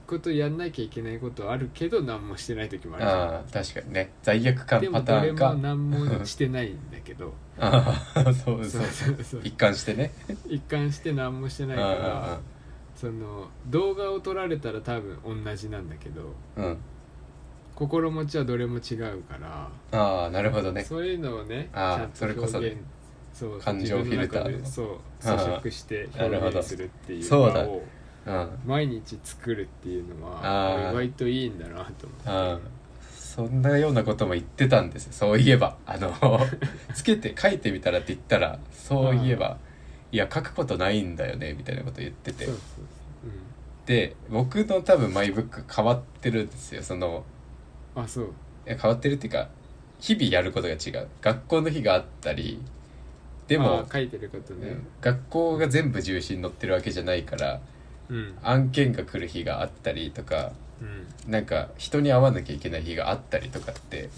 ことやんなきゃいけないことあるけど何もしてない時もあるじゃんああ確かにね罪悪感でもパタどーれンもか何もしてないんだけどああ そうそそううそうそう一貫してね一貫して何もしてうなんいからその動画を撮られたら多分同じなんだけどうんうん心持ちはどれも違うから、ああなるほどねそういうのをねちあーゃんとそれこ表現そねそうそう感情自分の中フィルターでのそうあ咀ー嚼してなるほど表現するっていうそう場だをうん毎日作るっていうのあはー意外といいんだなと思ってうんそんなようなことも言ってたんですよそういえばあ のつけて書いてみたらって言ったらそういえばいや書くことないんだよねみたいなこと言っててそうそうそうで僕の多分マイブック変わってるんですよそのうんあそういや変わってるっていうか日々やることが違う学校の日があったりであもー、書いてることねうん学校が全部重心に乗ってるわけじゃないからうん案件が来る日があったりとかうんうんなんか人に会わなきゃいけない日があったりとかってうん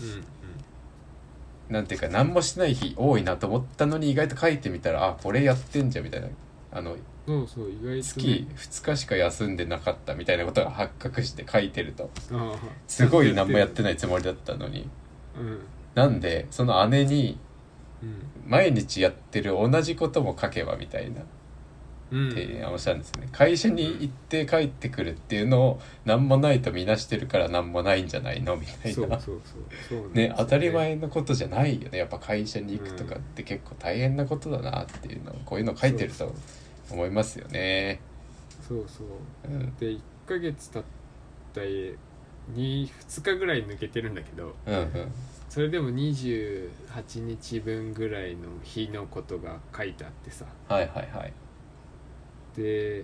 なんていうか何もしない日多いなと思ったのに意外と書いてみたらあこれやってんじゃんみたいなあのそうそう意外とね月2日しか休んでなかったみたいなことが発覚して書いてるとああすごい何もやってないつもりだったのにうんなんでその姉にうん毎日やってる同じことも書けばみたいなうん提案をしたんですね会社に行って帰ってくるっていうのを何もないとみなしてるから何もないんじゃないのみたいそうそなうそうそうなんですよね当たり前のことじゃないよねやっぱ会社に行くとかって結構大変なことだなっていうのをこういうの書いてると思いますよね。そうそううん、で1ヶ月経ったえに2日ぐらい抜けてるんだけどうん、うんそれでも28日分ぐらいの日のことが書いてあってさはいはいはい。で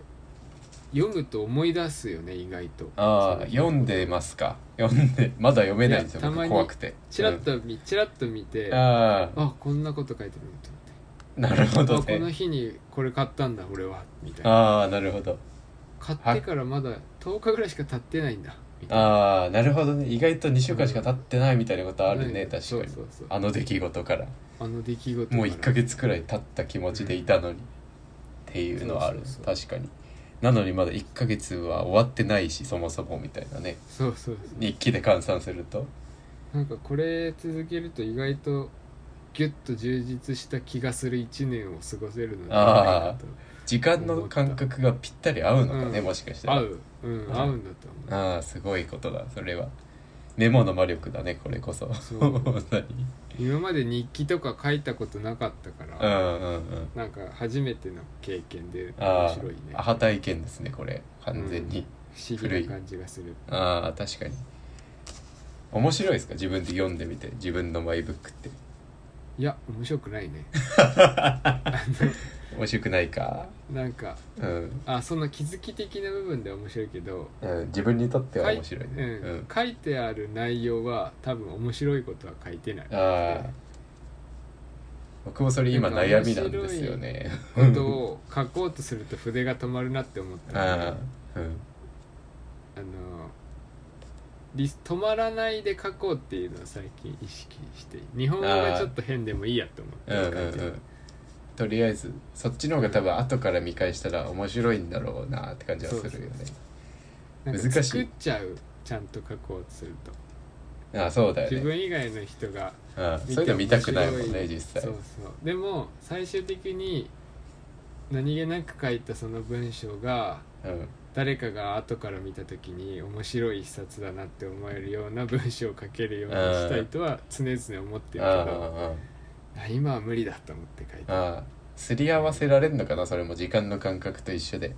読むと思い出すよね意外とあそあの読んでますか読んでまだ読めないんですよいやたま僕に怖くて。チラッと見、チラッと見うてんあああこんなこと書いてると思ってなるほどあこのね。日にこれ買ったんだ俺はみたいなああなるほど。買ってからまだ10日ぐらいしか経ってないんだみたいなああなるほどね意外と2週間しか経ってないみたいなことあるね、うん確かにそうそうそうあの出来事からあの出来事もう1ヶ月月くらい経った気持ちでいたのに、っていうのはあるそうそう確かになのにまだ1ヶ月は終わってないしそもそもみたいなねそうそうそう日記で換算するとなんかこれ続けると意外とギュッと充実した気がする1年を過ごせるのであーは時間の感覚がぴったり合うのかね、うんもしかしなたらいかと合う、うんうん合うんだと思うああすごいことだそれはメモの魔力だねこれこそそう本当に今まで日記とか書いたことなかったかうら、んうんうんなんか初めての経験で面あ白いねあアハ体験ですねこれ完全に、不思議な感じがするああ確かに面白いですか自分で読んでみて自分のマイブックっていや面白くないね面白くないかなんかうん、あその気づき的な部分では面白いけどうん、自分にとっては面白いね書いうん書いてある内容は多分面白いことは書いてないああ僕もそれ今悩みなんですよねことを書こうとすると筆が止まるなって思ったのでああうんあのリス止まらないで書こうっていうのを最近意識して日本語がちょっと変でもいいやと思ってうんうん書いうてるんとりあえずそっちの方が多分後から見返したら面白いんだろうなって感じはするよねなんか難しい作っちゃうちゃんと書こうとするとああそうだよね自分以外の人がああてそういうの見たくないもん面白ね実そ際うそうでも最終的に何気なく書いたその文章がうん誰かが後から見た時に面白い一冊だなって思えるような文章を書けるようにしたいとは常々思ってるけあどああ今は無理だと思って書いああたああすり合わせられるのかなそれも時間の感覚と一緒で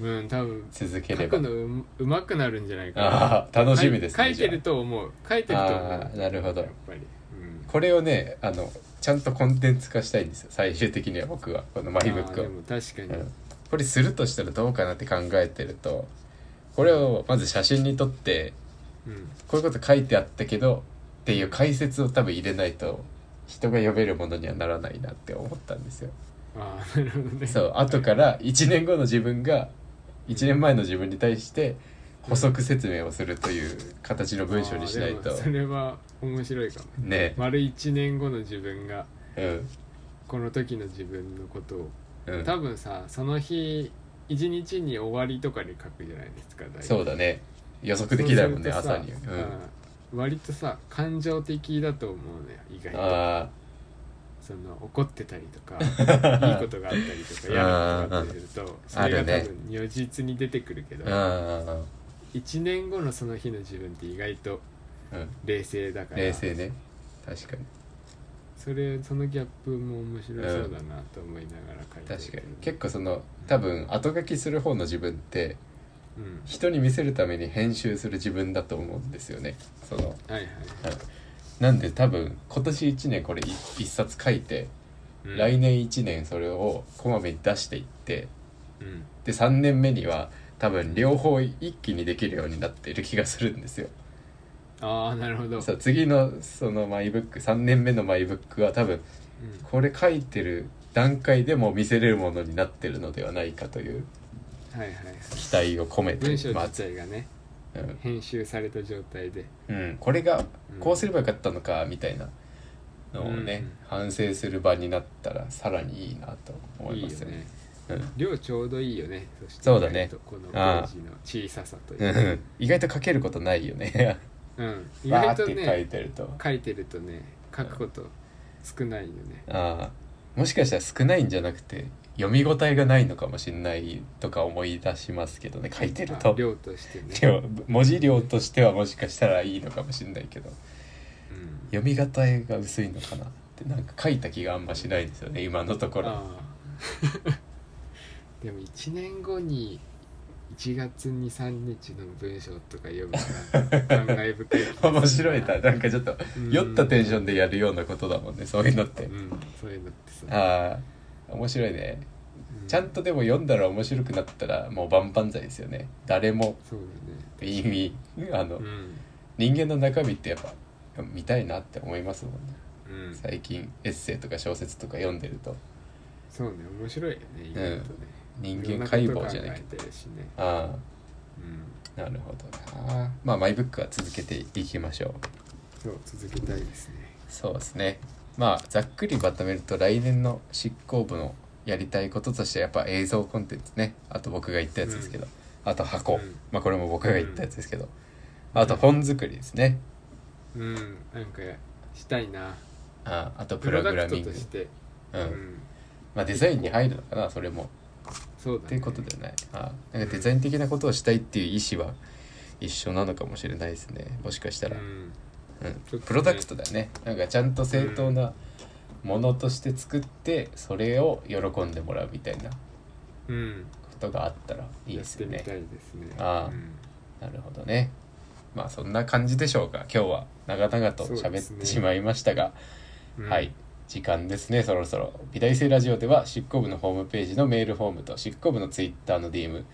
うん多分続け書れくばのううまくなるんじゃないかなああ楽しみです書ねい書いてると思う書いてじるゃとあ思ああうなるほやどっぱり、うん、これをねあのちゃんとコンテンツ化したいんですよ最終的には僕はこのマイブッああクをでも確かに、うんこれするとしたらどうかなって考えてるとこれをまず写真に撮ってうんこういうこと書いてあったけどっていう解説を多分入れないと人が読めるものにはならないなって思ったんですよ。ああなるほどねそう後から1年後の自分が1年前の自分に対して補足説明をするという形の文章にしないあとーでもそれは面白いかもね丸1年後の自分がうんこの時の自分のことをうん多分さその日1日に終わりとかに書くじゃないですか大体そうだね予測できないもんねそうする朝とに。さうんうん割とさ感情的だと思うのよ意外とあその怒ってたりと かいいことがあったりとか嫌なことがあったりするとそあれがるね多分如実に出てくるけどーあ1年後のその日の自分って意外とーうん冷静だから冷静ね確かにそれそのギャップも面白そうだなと思いながら書いてる確かに結構その多分後書きする方の自分ってうん人に見せるために編集する自分だと思うんですよねそのはいはいなんで多分今年1年これ1冊書いて、うん来年1年それをこまめに出していってうんで3年目には多分両方一気にできるようになっている気がするんですよ。ああなるほどさあ次のそのマイブック3年目のマイブックは多分うんこれ書いてる段階でも見せれるものになってるのではないかというはいはいはい期待を込めて文章ま自ず体がねうん編集された状態でうん、これがこうすればよかったのかみたいなのをね、反省する場になったらさらにいいなと思いいいよますよねね。うん量ちょうどいいよねそしてそうだね意外とこのページの小ささといううん 意外と書けることないよね。うん 意わー外ってと書いねてると。書いてるとね書くこと少ないよねああもしかしたら少ないんじゃなくて読み応えがないのかもしれないとか思い出しますけどね書いてるあと。量としてね量 文字量としてはもしかしたらいいのかもしれないけどうん読み応えが薄いのかなってなんか書いた気があんましないですよね今のところ。あ ーでも1年後に1月23日の文章とか読むから感慨深い気がするな 面白いななんかちょっとうん酔ったテンションでやるようなことだもんねそういうのってうんそういうのってあさあ面白いねうちゃんとでも読んだら面白くなったらもう万々歳ですよね誰もそう意味あの、だねうん人間の中身ってやっぱ見たいなって思いますもんねうん最近エッセイとか小説とか読んでるとそうね面白いよね意外とね、人間解剖じゃないけいろどんこと考えてるしねあうんあなるほどなまあマイブックは続けていきましょうそう続けたいですねそうですねまあざっくりまとめると来年の執行部のやりたいこととしてはやっぱ映像コンテンツねあと僕が言ったやつですけど、あと箱、うんまあこれも僕が言ったやつですけど、あと本作りですねうんなんかしたいなああとププロログダラクミトングとして、うんうんまあデザインに入るのかなそれもそうだ、ね、っていうことではないあなんかデザイン的なことをしたいっていう意思は一緒なのかもしれないですねもしかしたら、うんうんちょっとねプロダクトだよねなんかちゃんと正当なものとして作ってそれを喜んでもらうみたいなこうん、とがあったらいいですよやねってみたいですねああうんなるほどねまあそんな感じでしょうか今日は長々とそうで喋っすてねしまいましたが、うんはい時間ですねそろそろ美大生ラジオでは執行部のホームページのメールフォームと執行部のツイッターの DM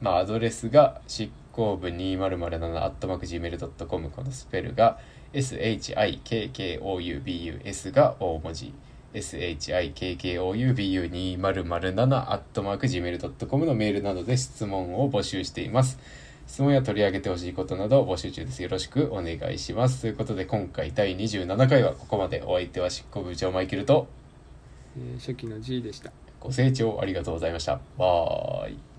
まあアドレスが執行部 2007-gmail.com このスペルが SHIKKOUBUS が大文字 SHIKKOUBU2007-gmail.com のメールなどで質問を募集しています質問や取り上げてほしいことなどを募集中です。よろしくお願いします。ということで、今回第27回はここまで。お相手は執行部長マイケルと、えー初期の G でしたご清聴ありがとうございました。バイ。